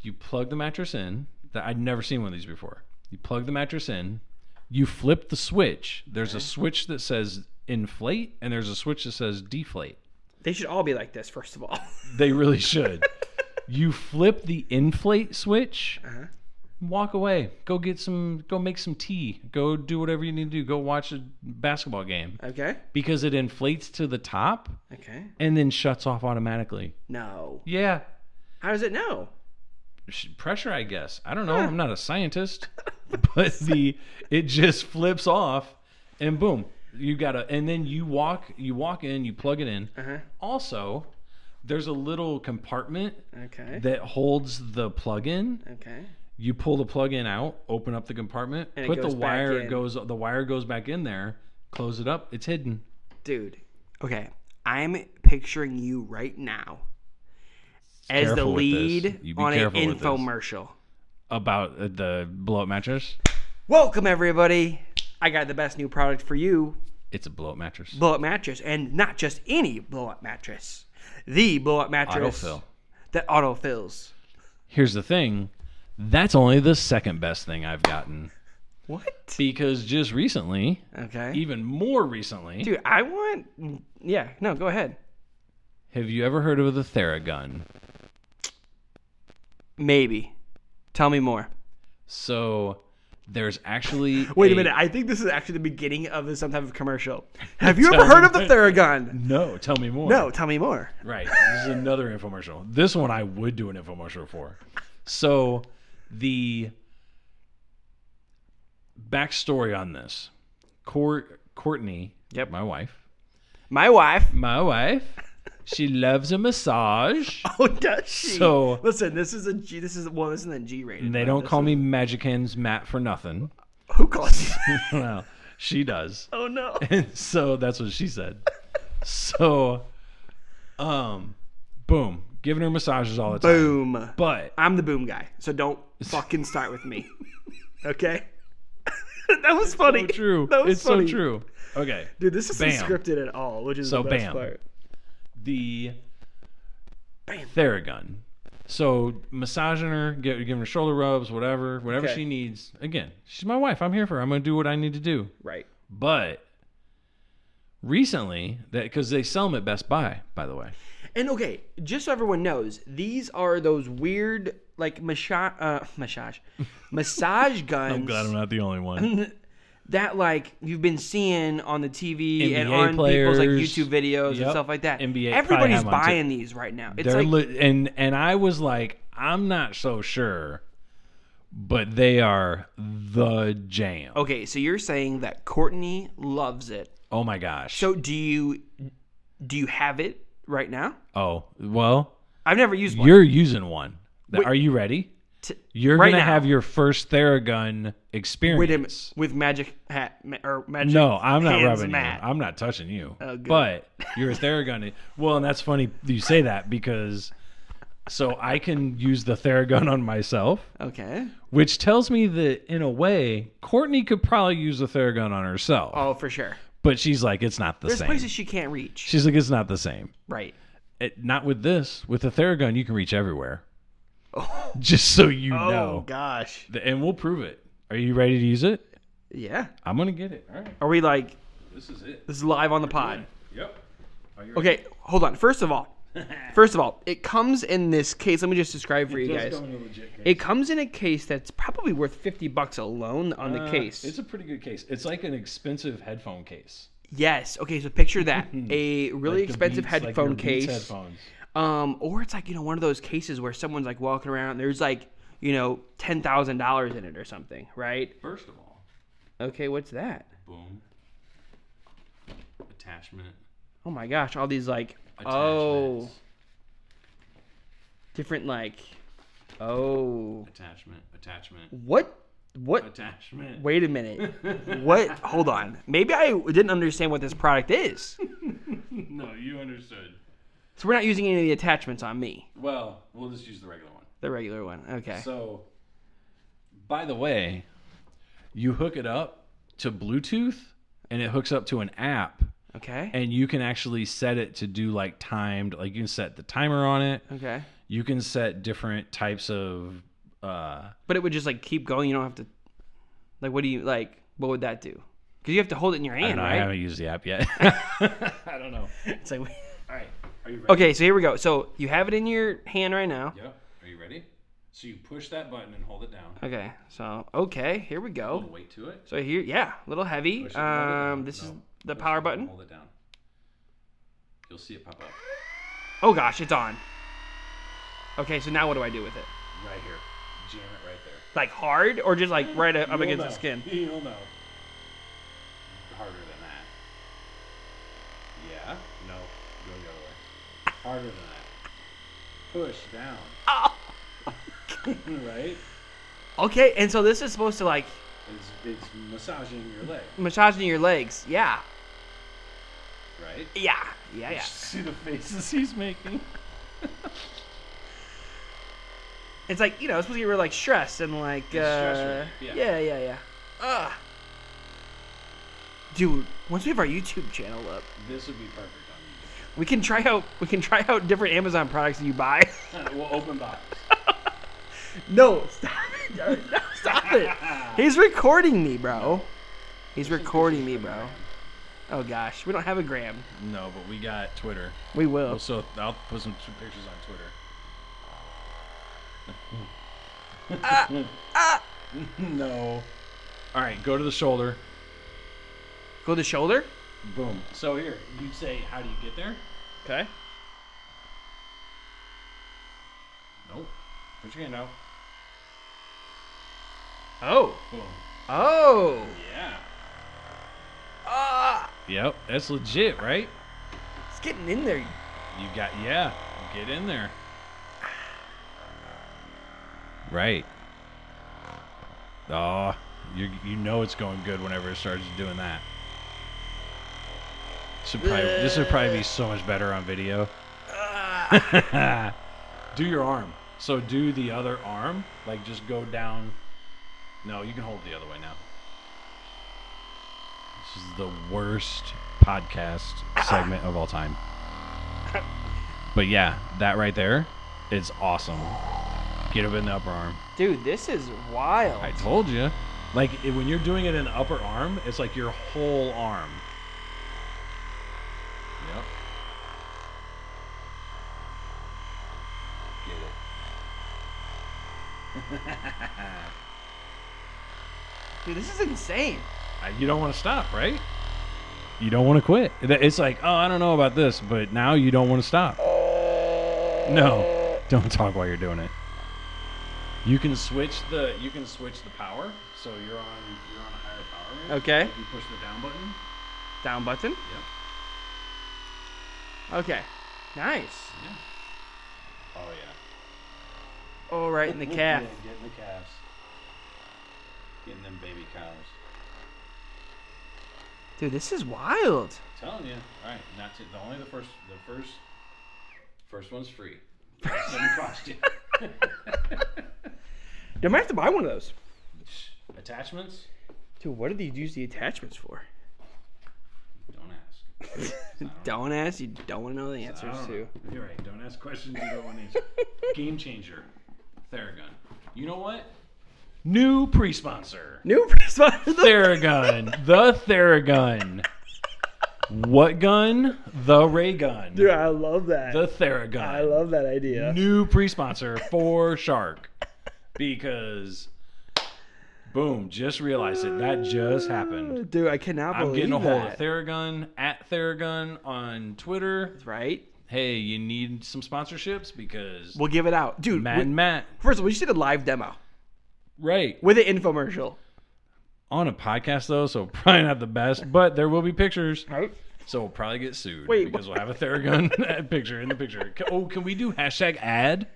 you plug the mattress in that I'd never seen one of these before. You plug the mattress in, you flip the switch. There's a switch that says inflate and there's a switch that says deflate.
They should all be like this, first of all.
They really should. you flip the inflate switch, walk away, go get some go make some tea, go do whatever you need to do, go watch a basketball game
okay.
because it inflates to the top
Okay.
and then shuts off automatically.
No.
Yeah.
How does it know?
sh- pressure i guess i don't know i'm not a scientist but the it just flips off and boom you gotta and then you walk you walk in you plug it in
Uh-huh.
also there's a little compartment
Okay.
that holds the plug in
okay.
you pull the plug in out open up the compartment
And it
put the
goes back
wire
in.
it goes the wire goes back in there close it up it's hidden
dude. Okay, I'm picturing you right now as the
careful with this.
lead
You be
on an
careful with this.
infomercial.
about uh, the blow up mattress
Welcome everybody. I got the best new product for you,
it's a blow up mattress
blow up mattress, and not just any blow up mattress, the blow up mattress
autofill
that autofills.
here's the thing that's only the second best thing i've gotten
What?
because just recently
Okay,
even more recently
dude, I want. Yeah, no, go ahead.
have you ever heard of the theragun
Maybe. Tell me more.
So there's actually
Wait a minute. I think this is actually the beginning of some type of commercial. Have you ever heard of the Theragun?
No, tell me more.
No, tell me more.
Right.
This is another infomercial. This one I would do an infomercial for.
So the backstory on this, Court Courtney,
Yep.
my wife,
My wife.
my wife, she loves a massage.
Oh, does she?
So-
listen, this is a G. This is well, this isn't a G rated.
And they
but
don't
this
call
is-
me Magic Hands Matt for nothing.
Who calls you?
well, she does.
oh no.
And so that's what she said. So, um, boom, giving her massages all the time.
Boom.
But
I'm the boom guy, so don't fucking start with me. Okay. that was funny.
so true.
That was
It's
funny.
so true. Okay.
Dude, this isn't
Bam.
scripted at all, which is
So
the best
bam.
part.
the Theragun. So massaging her, gi- giving her shoulder rubs, whatever, whatever
Okay.
she needs. Again, she's my wife. I'm here for her. I'm gonna do what I need to do.
Right.
But recently, that because they sell them at Best Buy, by the way.
And okay, just so everyone knows, these are those weird like massage uh, massage massage guns
I'm glad I'm not the only one.
that like you've been seeing on the TV and
NBA
on people's like
players.
YouTube videos and
Yep.
stuff like that.
NBA probably
Everybody's
have one, too.
buying these right now. It's
They're
like
li- and and I was like, I'm not so sure, but they are the jam.
okay, so you're saying that Courtney loves it.
Oh my gosh.
So do you do you have it right now?
oh well,
I've never used one.
you're using one. Th- Are you ready?
T-
You're
right
gonna
now.
have your first Theragun experience.
Wait a minute. With magic hat ma- or magic.
No, I'm not
hands
rubbing
mat. Oh,
you. I'm not touching you.
good.
but you're a Theragun. well, and that's funny you say that because so I can use the Theragun on myself,
Okay.
which tells me that in a way, Courtney could probably use the Theragun on herself.
Oh, for sure.
But she's like, it's not the
There's
same.
places she can't reach.
she's like, it's not the same.
right.
It, not with this. With the Theragun, you can reach everywhere.
Oh.
Just so you know.
gosh.
The- And we'll prove it. Are you ready to use it?
Yeah.
I'm gonna get it. All right.
Are we like
This is it.
this is live on the pod?
Yep.
Okay, hold on. First of all, first of all, it comes in this case. Let me just describe for you guys. It comes in a case that's probably worth fifty bucks alone on the case.
Uh, It's a pretty good case. It's like an expensive headphone case.
yes. Okay. So picture that a really
The
expensive
Beats, like
headphone
your Beats
case.
headphones.
Um, or it's like you know one of those cases where someone's like walking around. There's like you know ten thousand dollars in it or something, right?
First of all,
Okay, what's that?
boom. Attachment.
Oh my gosh, all these like oh
Attachments.
different like oh
Attachment. Attachment.
what what
Attachment.
wait a minute what hold on maybe i didn't understand what this product is
No, you understood.
so we're not using any of the attachments on me
Well, we'll just use the regular one.
the regular one okay
So, by the way, you hook it up to Bluetooth, and it hooks up to an app,
okay
and you can actually set it to do like timed. Like you can set the timer on it.
okay
You can set different types of. Uh,
but it would just like keep going you don't have to like what do you like what would that do because you have to hold it in your
I don't
hand
know. I
right
haven't used the app yet. I don't know.
it's like
All right. Are you ready?
okay so here we go so you have it in your hand right now
Yep. Are you ready? So you push that button and hold it down.
okay so okay here we go
Weight to it.
So here, yeah, a little heavy.
Push it, hold it
Um,
down.
this is
No,
the
push
power
it,
button.
Hold it down. You'll see it pop up
Oh gosh, it's on. Okay, so now what do I do with it?
right here. Jam it right there.
Like hard or just like right Uh, up up against the skin?
You'll know. Harder than that. Yeah. No. Go the other way. Harder than that. Push down. right?
Oh, Okay, and so this is supposed to like
It's, it's massaging your leg,
massaging your legs. Yeah,
right?
yeah, yeah, yeah.
See the faces he's making.
It's like you know, it's supposed to get rid of like stress and like uh,
stress relief,
yeah, yeah, yeah. Ugh. Dude, once we have our YouTube channel up,
This would be perfect
we can try out we can try out different Amazon products that you buy.
on YouTube. we'll open box.
No, stop it, Jared. No, stop it. He's recording me, bro. He's recording me, bro. Oh gosh, we don't have a gram.
No, but we got Twitter.
We will.
So I'll put some pictures on Twitter. No. All right, go to the shoulder.
Go to the shoulder.
Boom. So here, you say, how do you get there?
Okay.
Nope. Put your hand out.
Oh.
Boom.
Oh.
Yeah.
Ah.
Yep, that's legit, right?
It's getting in there.
You got yeah. Get in there. Right. Oh, you you know it's going good whenever it starts doing that. This would probably, this would probably be so much better on video.
Ah.
do your arm. So do the other arm. Like just go down. No, you can hold it the other way now. This is the worst podcast segment of all time. But yeah, that right there is awesome. Get up in the upper arm.
Dude, this is wild.
I told you. Like it- when you're doing it in the upper arm, it's like your whole arm. Yep. Get it.
Dude, this is insane.
I- You don't want to stop, right? You don't want to quit. That- It's like, oh, I don't know about this, but now you don't want to stop. No, don't talk while you're doing it. You can switch the you can switch the power, so you're on you're on a higher power. Rate.
Okay.
If you push the down button.
Down button.
Yep.
Okay. Nice.
Oh yeah.
Oh, right in the calf.
getting the calves. Getting them baby cows.
Dude, this is wild.
telling you. All right, not to, the only the first the first first one's free. That's gonna cost you.
You might have to buy one of those.
Attachments?
Dude, what do they use the attachments for?
Don't ask.
Don't ask. You don't want to know the answers
I don't
to.
know. You're right. Don't ask questions you don't want to answer. Game changer. Theragun. You know what? New pre-sponsor.
New response.
Theragun. the Theragun. What gun? The ray gun.
Dude, I love that.
The Theragun.
I love that idea.
new pre-sponsor for Shark because boom, just realized it. That just happened.
Dude, I cannot
I'm
believe
getting a hold
that.
of Theragun at Theragun on Twitter.
right?
Hey, you need some sponsorships because
We'll give it out. Dude,
Matt
we-
and Matt,
first of all, we should did a live demo
right
with an infomercial.
on a podcast though, so probably not the best, but there will be pictures,
Right?
so we'll probably get sued
Wait,
because we'll have a Theragun picture in the picture. Ca- Oh, can we do hashtag ad?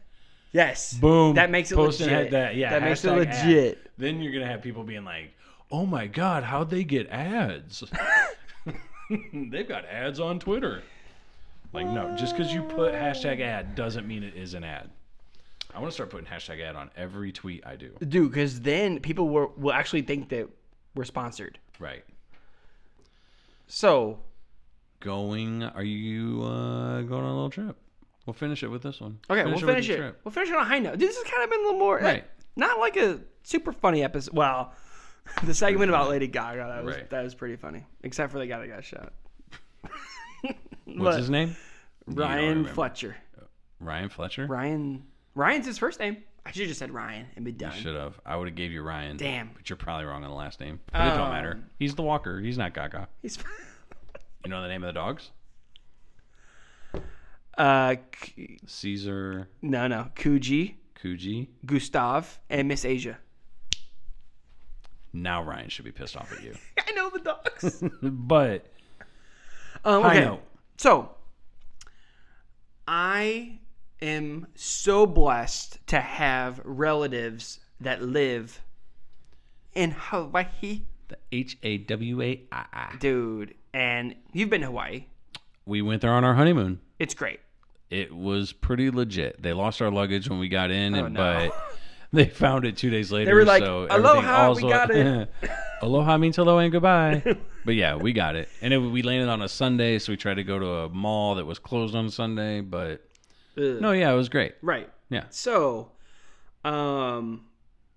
Yes.
Boom.
That makes it
Post and
legit.
had that. Yeah.
That makes it
hashtag ad.
legit.
Then you're gonna have people being like, "Oh my god, how'd they get ads? They've got ads on Twitter." Like, no, just because you put hashtag ad doesn't mean it is an ad. I want to start putting hashtag ad on every tweet I do.
Dude, because then people will, will actually think that we're sponsored.
Right.
So,
Going? Are you uh, going on a little trip? We'll finish it with this one.
okay, we'll
with
finish
the
it. We'll finish it on a high note. Dude, this has kind of been a little more.
Right.
not like a super funny episode. Well, the segment about Lady Gaga, that was,
Right.
that was pretty funny. Except for the guy that got shot.
What's
But-
his name?
Ryan
remember.
Fletcher.
Ryan Fletcher.
Ryan. Ryan's his first name. I should have just said Ryan and been done.
Should have. I would have gave you Ryan.
Damn.
But you're probably wrong on the last name. But it don't matter. He's the Walker. He's not Gaga.
He's
You know the name of the dogs?
uh, K-
Caesar,
no, no, Kuji,
Coogee.
Gustav, and Miss Asia.
Now Ryan should be pissed off at you.
I know the dogs.
But
um,
I
okay,
know.
so I am so blessed to have relatives that live in Hawaii,
The H A W A I I.
dude. And you've been to Hawaii.
We went there on our honeymoon.
It's great.
It was pretty legit. They lost our luggage when we got in, and,
Oh, no.
but they found it two days later.
were like,
so
"Aloha, we
everything all's-
got it."
Aloha means hello and goodbye. but yeah, we got it. And it, we landed on a Sunday, so we tried to go to a mall that was closed on Sunday. But
Ugh.
no, yeah, it was great.
Right.
Yeah.
So, um,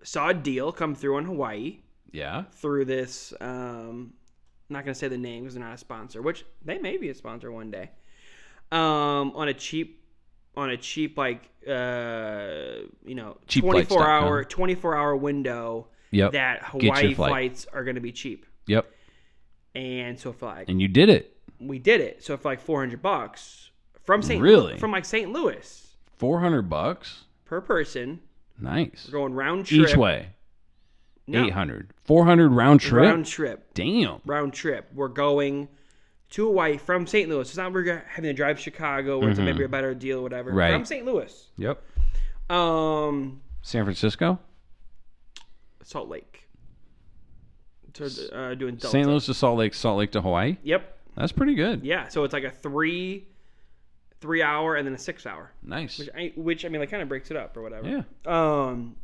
saw a deal come through on Hawaii
Yeah.
through this. Um, I'm not gonna say the name because they're not a sponsor, which they may be a sponsor one day. Um, on a cheap on a cheap like uh you know
Cheapflights.com.
24 hour 24 hour window
Yep.
that
your
Hawaii
flight.
flights are going to be cheap.
Yep.
And so if like
And you did it.
we did it. So for like 400 bucks from St.
Really?
from like St. Louis
Four hundred bucks.
per person
Nice.
going round trip
Each way.
No,
800. 400 round trip.
round trip
Damn.
round trip. We're going to Hawaii from St. Louis. It's not we're gonna- having to drive to Chicago where it's maybe a better deal or whatever.
Mm-hmm. Right.
From St. Louis.
Yep.
Um
San Francisco.
Salt Lake. So uh, doing Delta.
St. Louis to Salt Lake, Salt Lake to Hawaii.
Yep.
That's pretty good.
Yeah. So it's like a three, three hour and then a six hour,
Nice.
which I, which I mean, like kind of breaks it up or whatever.
Yeah.
Um.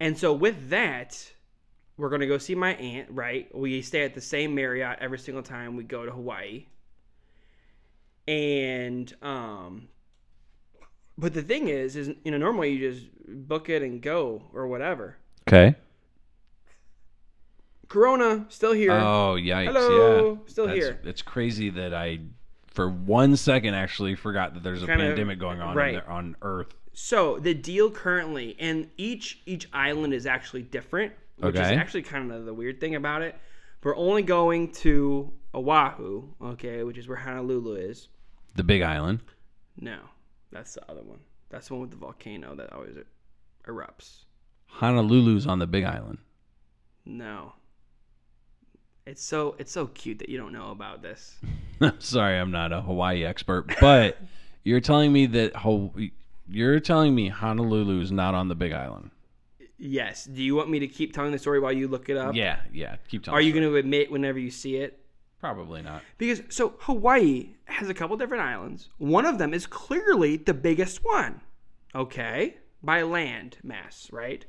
And so with that, we're gonna go see my aunt. Right. We stay at the same Marriott every single time we go to Hawaii. And um. But the thing is, is you know normally you just book it and go or whatever.
Okay.
Corona still here.
Oh, yikes.
Hello,
Yeah.
still
That's-
here.
It's crazy that I, for one second, actually forgot that there's a
Kinda-
pandemic going on in
right.
there- on Earth.
So the deal currently, and each each island is actually different, which is
Okay.
actually kind of the weird thing about it. We're only going to Oahu, okay, which is where Honolulu is.
The Big Island.
No, that's the other one. That's the one with the volcano that always er, erupts.
Honolulu's on the Big Island.
No. It's so it's so cute that you don't know about this.
I'm sorry, I'm not a Hawaii expert, but you're telling me that Ho- you're telling me Honolulu is not on the Big Island.
Yes. Do you want me to keep telling the story while you look it up?
Yeah, yeah. Keep telling.
Are you
us.
going to admit whenever you see it?
Probably not.
Because so Hawaii has a couple different islands. One of them is clearly the biggest one, okay, by land mass, right?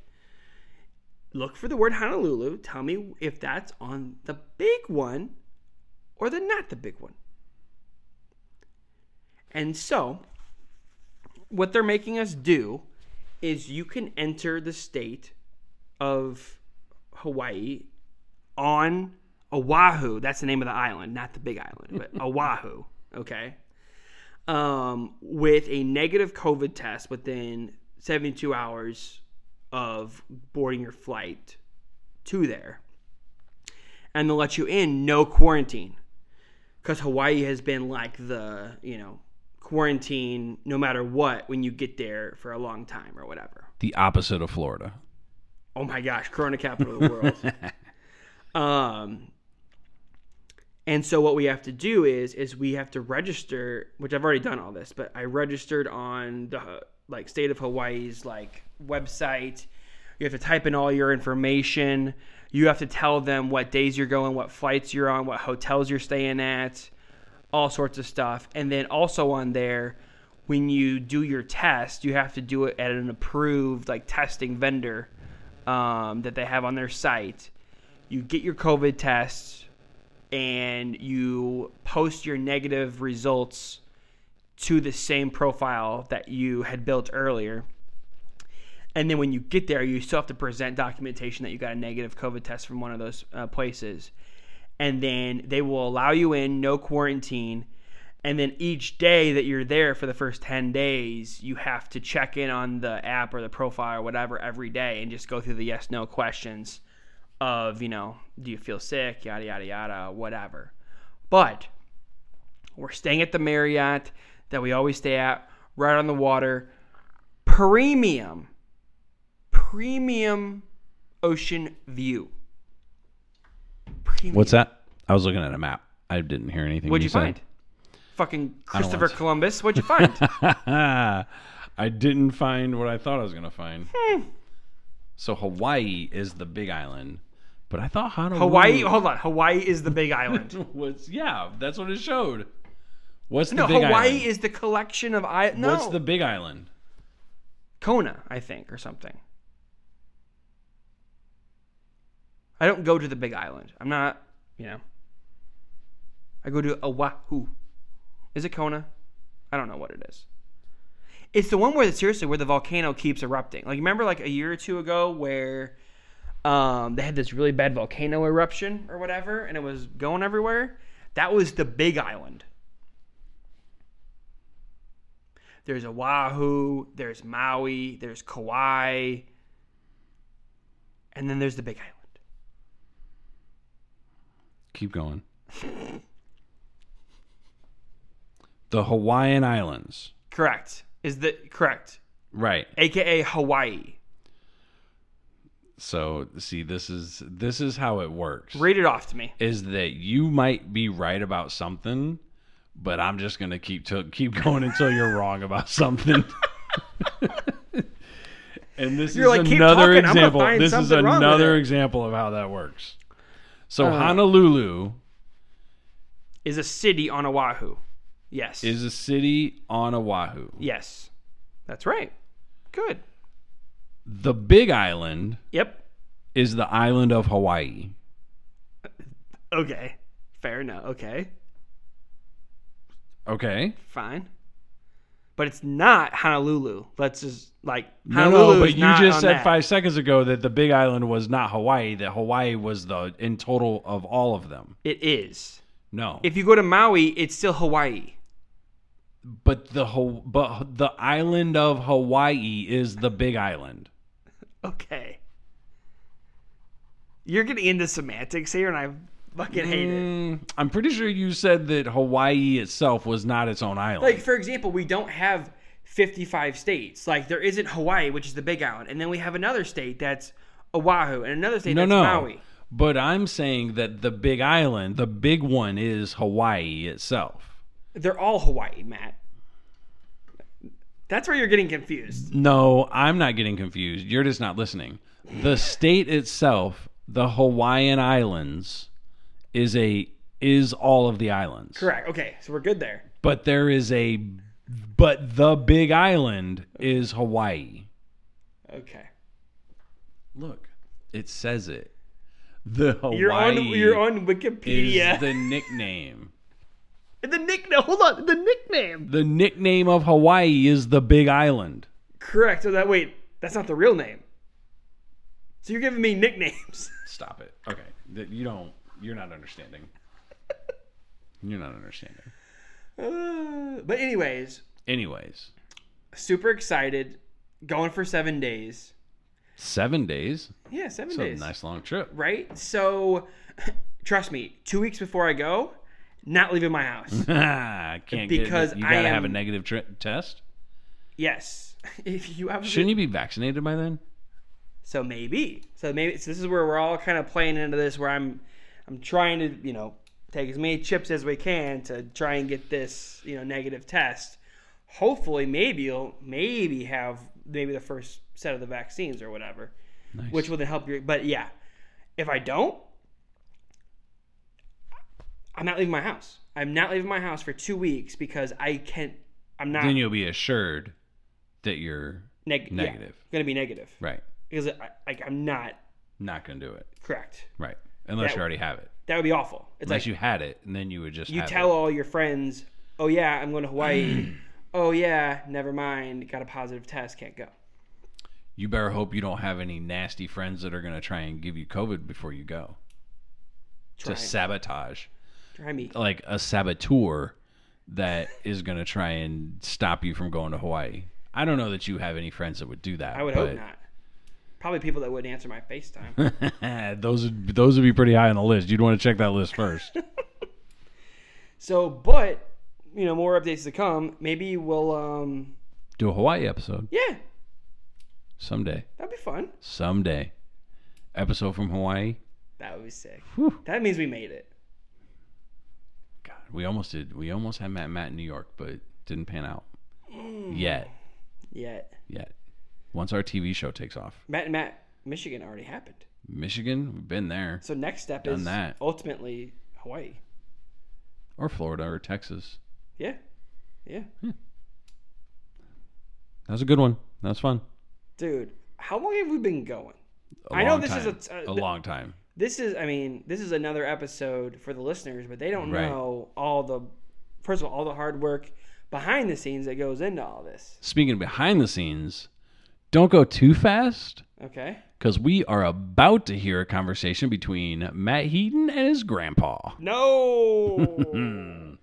Look for the word Honolulu. Tell me if that's on the big one or the not the big one. And so, what they're making us do is you can enter the state of Hawaii on Oahu. That's the name of the island, not the Big Island, but Oahu. Okay. Um, with a negative COVID test within 72 hours of boarding your flight to there. And they'll let you in, no quarantine. Because Hawaii has been like the, you know, quarantine no matter what when you get there for a long time or whatever.
The opposite of Florida.
Oh my gosh, Corona capital of the world. um, and so what we have to do is is we have to register, which I've already done all this, but I registered on the like state of Hawaii's like website. You have to type in all your information. You have to tell them what days you're going, what flights you're on, what hotels you're staying at, all sorts of stuff. And then also on there, when you do your test, you have to do it at an approved like testing vendor um, that they have on their site. You get your COVID tests and you post your negative results to the same profile that you had built earlier. And then when you get there, you still have to present documentation that you got a negative COVID test from one of those uh, places. And then they will allow you in, no quarantine. And then each day that you're there for the first 10 days, you have to check in on the app or the profile or whatever every day and just go through the yes no questions of, you know, do you feel sick, yada, yada, yada, whatever. But we're staying at the Marriott that we always stay at, right on the water. Premium, premium ocean view. Premium.
What's that? I was looking at a map. I didn't hear anything.
What'd
you
you
said.
find? Fucking
want
Christopher
to.
Columbus. What'd you find?
I didn't find what I thought I was gonna find. So Hawaii is the Big Island, but I thought Honolulu
Hawaii. Hold on. Hawaii is the big island.
was. Yeah, that's what it showed. What's the
No,
Big
Hawaii
Island?
is the collection of I. No,
What's the Big Island?
Kona, I think, or something. I don't go to the Big Island. I'm not, you know. I go to Oahu. Is it Kona? I don't know what it is. It's the one where seriously where the volcano keeps erupting. Like remember like a year or two ago where um, they had this really bad volcano eruption or whatever and it was going everywhere? That was the Big Island. There's Oahu. There's Maui. There's Kauai. And then there's the Big Island.
Keep going. the Hawaiian Islands.
Correct. Is the correct?
Right.
AKA Hawaii.
So see this is this is how it works.
Read it off to me.
Is that you might be right about something, but I'm just going to keep to, keep going until you're wrong about something. and this
You're
is
like, "Keep
another
talking, I'm gonna
example.
find
This is
something wrong with
another
it. Uh.
example of how that works.
So Honolulu
Is a city on Oahu. Yes.
is a city on Oahu.
yes. That's right. Good.
The Big Island
Yep.
is the island of Hawaii.
Okay. Fair enough. Okay.
Okay.
Fine. But it's not Honolulu. Let's just like
No,
Honolulu.
no,
is
but you
not
just
on
said
that.
five seconds ago that the Big Island was not Hawaii. That Hawaii was the in total of all of them.
It is.
No.
If you go to Maui, it's still Hawaii.
but the Ho- but the island of Hawaii is the Big Island.
Okay. You're getting into semantics here, and I fucking hate it.
Mm, I'm pretty sure you said that Hawaii itself was not its own island.
Like for example, we don't have 55 states. Like there isn't Hawaii, which is the Big Island, and then we have another state that's Oahu, and another state
no,
that's
no.
Maui.
But I'm saying that the Big Island, the big one, is Hawaii itself.
They're all Hawaii, Matt. That's where you're getting confused.
No, I'm not getting confused. You're just not listening. The state itself, the Hawaiian Islands, is a is all of the islands.
Correct. Okay, so we're good there.
But there is a but the Big Island is Hawaii.
Okay.
Look, it says it. The Hawaii
You're on you're on
is
Wikipedia.
the nickname.
The, nickname. Hold on. The nickname.
The nickname of Hawaii is the Big Island.
Correct. So that wait, that's not the real name. So you're giving me nicknames.
Stop it. Okay, Th- you don't. You're not understanding. You're not understanding.
Uh, but anyways,
Anyways,
super excited, going for seven days.
seven days.
Yeah, seven
So
days.
nice long trip.
Right? So trust me, two weeks before I go, not leaving my
Mm-hmm.
house.
Can't get-
Because
you
I
gotta have a
am-
negative tri- test.
yes. If you have
Shouldn't you be vaccinated by then?
So maybe. So maybe so this is where we're all kind of playing into this where I'm I'm trying to, you know, take as many chips as we can to try and get this, you know, negative test. Hopefully maybe you'll maybe have maybe the first set of the vaccines or whatever. Which will then help you but yeah. If I don't I'm not leaving my house. I'm not leaving my house for 2 weeks because I can't I'm not
Then you'll be assured that you're
neg- yeah,
negative.
gonna be negative
right.
because I, like I'm not
Not gonna do it.
correct.
Right. Unless
That-
you already have it.
That would be awful. It's
Unless
like
you had it, and then you would just
you
have
tell
it.
all your friends, "Oh yeah, I'm going to Hawaii. oh yeah, never mind. Got a positive test, can't go."
You better hope you don't have any nasty friends that are gonna try and give you COVID before you go.
Try,
To sabotage.
try me.
like a saboteur that is going to try and stop you from going to Hawaii. I don't know that you have any friends that would do that.
I would hope not. Probably people that wouldn't answer my FaceTime.
not.
Those would those would be pretty high on the list. You'd want to check that list first.
so, but you know, more updates to come. Maybe we'll, um
do a Hawaii episode
yeah,
someday.
that'd be fun.
Someday. Episode from Hawaii.
That would be sick.
Whew.
That means we made it.
God, we almost did. We almost had Matt and Matt in New York, but didn't pan out
Mm.
yet.
Yet
Yet. Once our TV show takes off,
Matt and Matt, Michigan already happened.
Michigan, we've been there,
So next step
Done
is
that.
ultimately Hawaii.
or Florida, or Texas.
Yeah, yeah,
Hmm. That was a good one. That was fun.
dude. How long have we been going?
A
I know
long
this is
time.
a- uh, a-
a long time.
this is i mean this is another episode for the listeners but they don't
Right.
know all the first of all all the hard work behind the scenes that goes into all this
speaking of behind the scenes, don't go too fast
okay
because we are about to hear a conversation between Matt Heaton and his grandpa.
no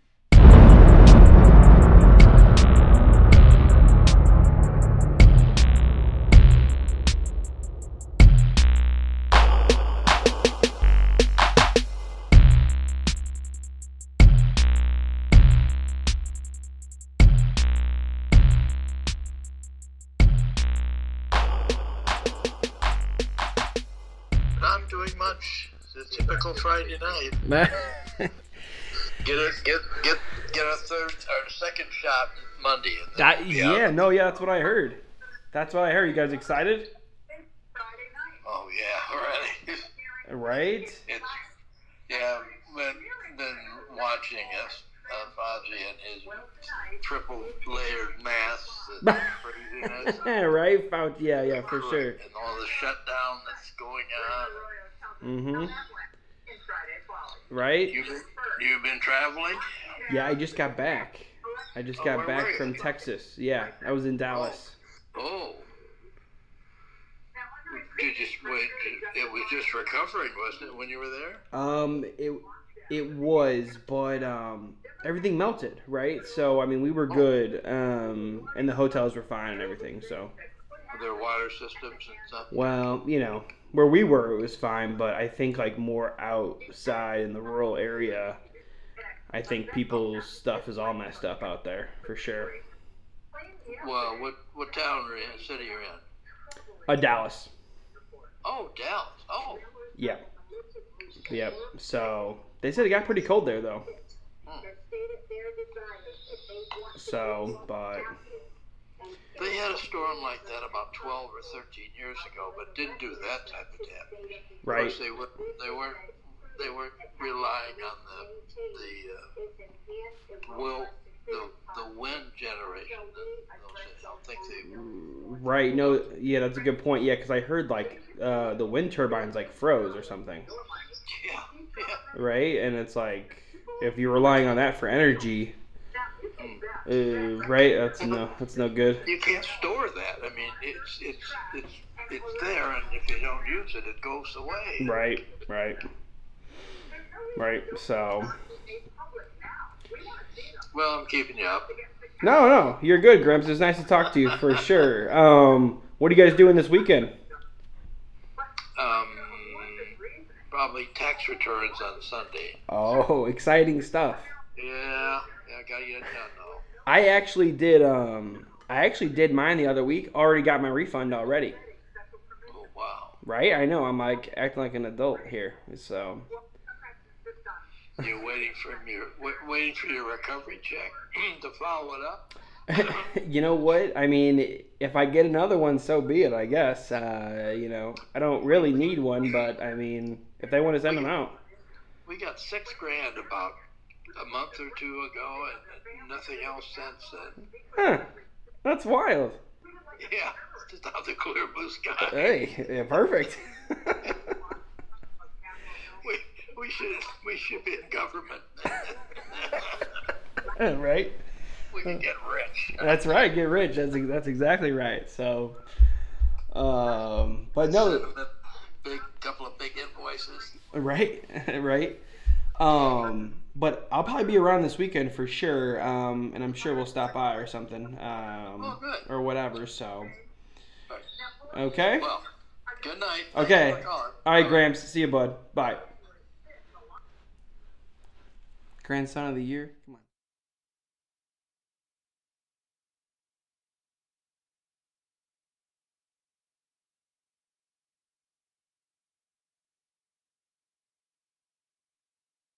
not doing much. It's a typical Friday night. Get a get get get a third or second shot Monday. and then
That-
we'll be out.
yeah, no, yeah, that's what I heard. That's what I heard. You guys excited?
Oh yeah, already.
Right?
It's yeah. Been been watching us. Uh, Fozzie and his triple layered masks and craziness
right? Fauci. Yeah, yeah, for sure.
and all the shutdown that's going on.
Mm-hmm. Right?
You've been, you've been traveling?
Yeah, I just got back. I just got
Oh, where were
back
you?
from Texas. Yeah, I was in Dallas.
Oh. You just wait. It was just recovering, wasn't it, when you were there?
Um, it it was, but um, everything melted, right? So I mean, we were good. Um, and the hotels were fine and everything. So
Their water systems and stuff.
well, you know, where we were, it was fine. But I think like more outside in the rural area, I think people's stuff is all messed up out there for sure.
Well, what what town or in, city you're in?
Uh, Dallas.
Oh, Dallas. Oh,
Yeah. Yep. So they said it got pretty cold there though. So, but
they had a storm like that about 12 or 13 years ago, but didn't do that type of damage. Of
right.
course, they were they weren't they weren't relying on the the uh, will the the wind generation. I don't think they
Right. No. Yeah, that's a good point. Yeah, because I heard like uh, the wind turbines like froze or something.
yeah yeah.
Right. And it's like if you're relying on that for energy, uh, right? That's no. That's no good.
You can't store that. I mean, it's it's it's it's there, and if you don't use it, it goes away.
Right. Right. Right. So.
Well, I'm keeping you up.
No, no, you're good, Grimps. It's nice to talk to you for sure. Um, what are you guys doing this weekend?
Um, probably tax returns on Sunday.
Oh, exciting stuff.
Yeah, yeah, I gotta get it done though.
I actually did. Um, I actually did mine the other week. Already got my refund already.
Oh wow,
Right? I know. I'm like acting like an adult here. So
you're waiting for your wait, waiting for your recovery check to follow it up.
you know what? I mean, if I get another one, so be it. I guess. Uh, you know, I don't really need one, but I mean, if they want to send them out,
We got six grand about a month or two ago, and nothing else since then.
huh? That's wild.
Yeah, just out the clear blue sky.
Hey, yeah, perfect.
We, we should we should be in government.
right?
we can get rich.
That's right. Get rich. That's that's exactly right. So, um, but no.
big couple of big invoices.
Right, right. Um, but I'll probably be around this weekend for sure. Um, and I'm sure we'll stop by or something. Um,
Oh, good.
or whatever. So, okay.
Well, good night.
Okay.
Thanks for calling.
All right, Gramps. See you, bud. Bye. Grandson of the year. Come on.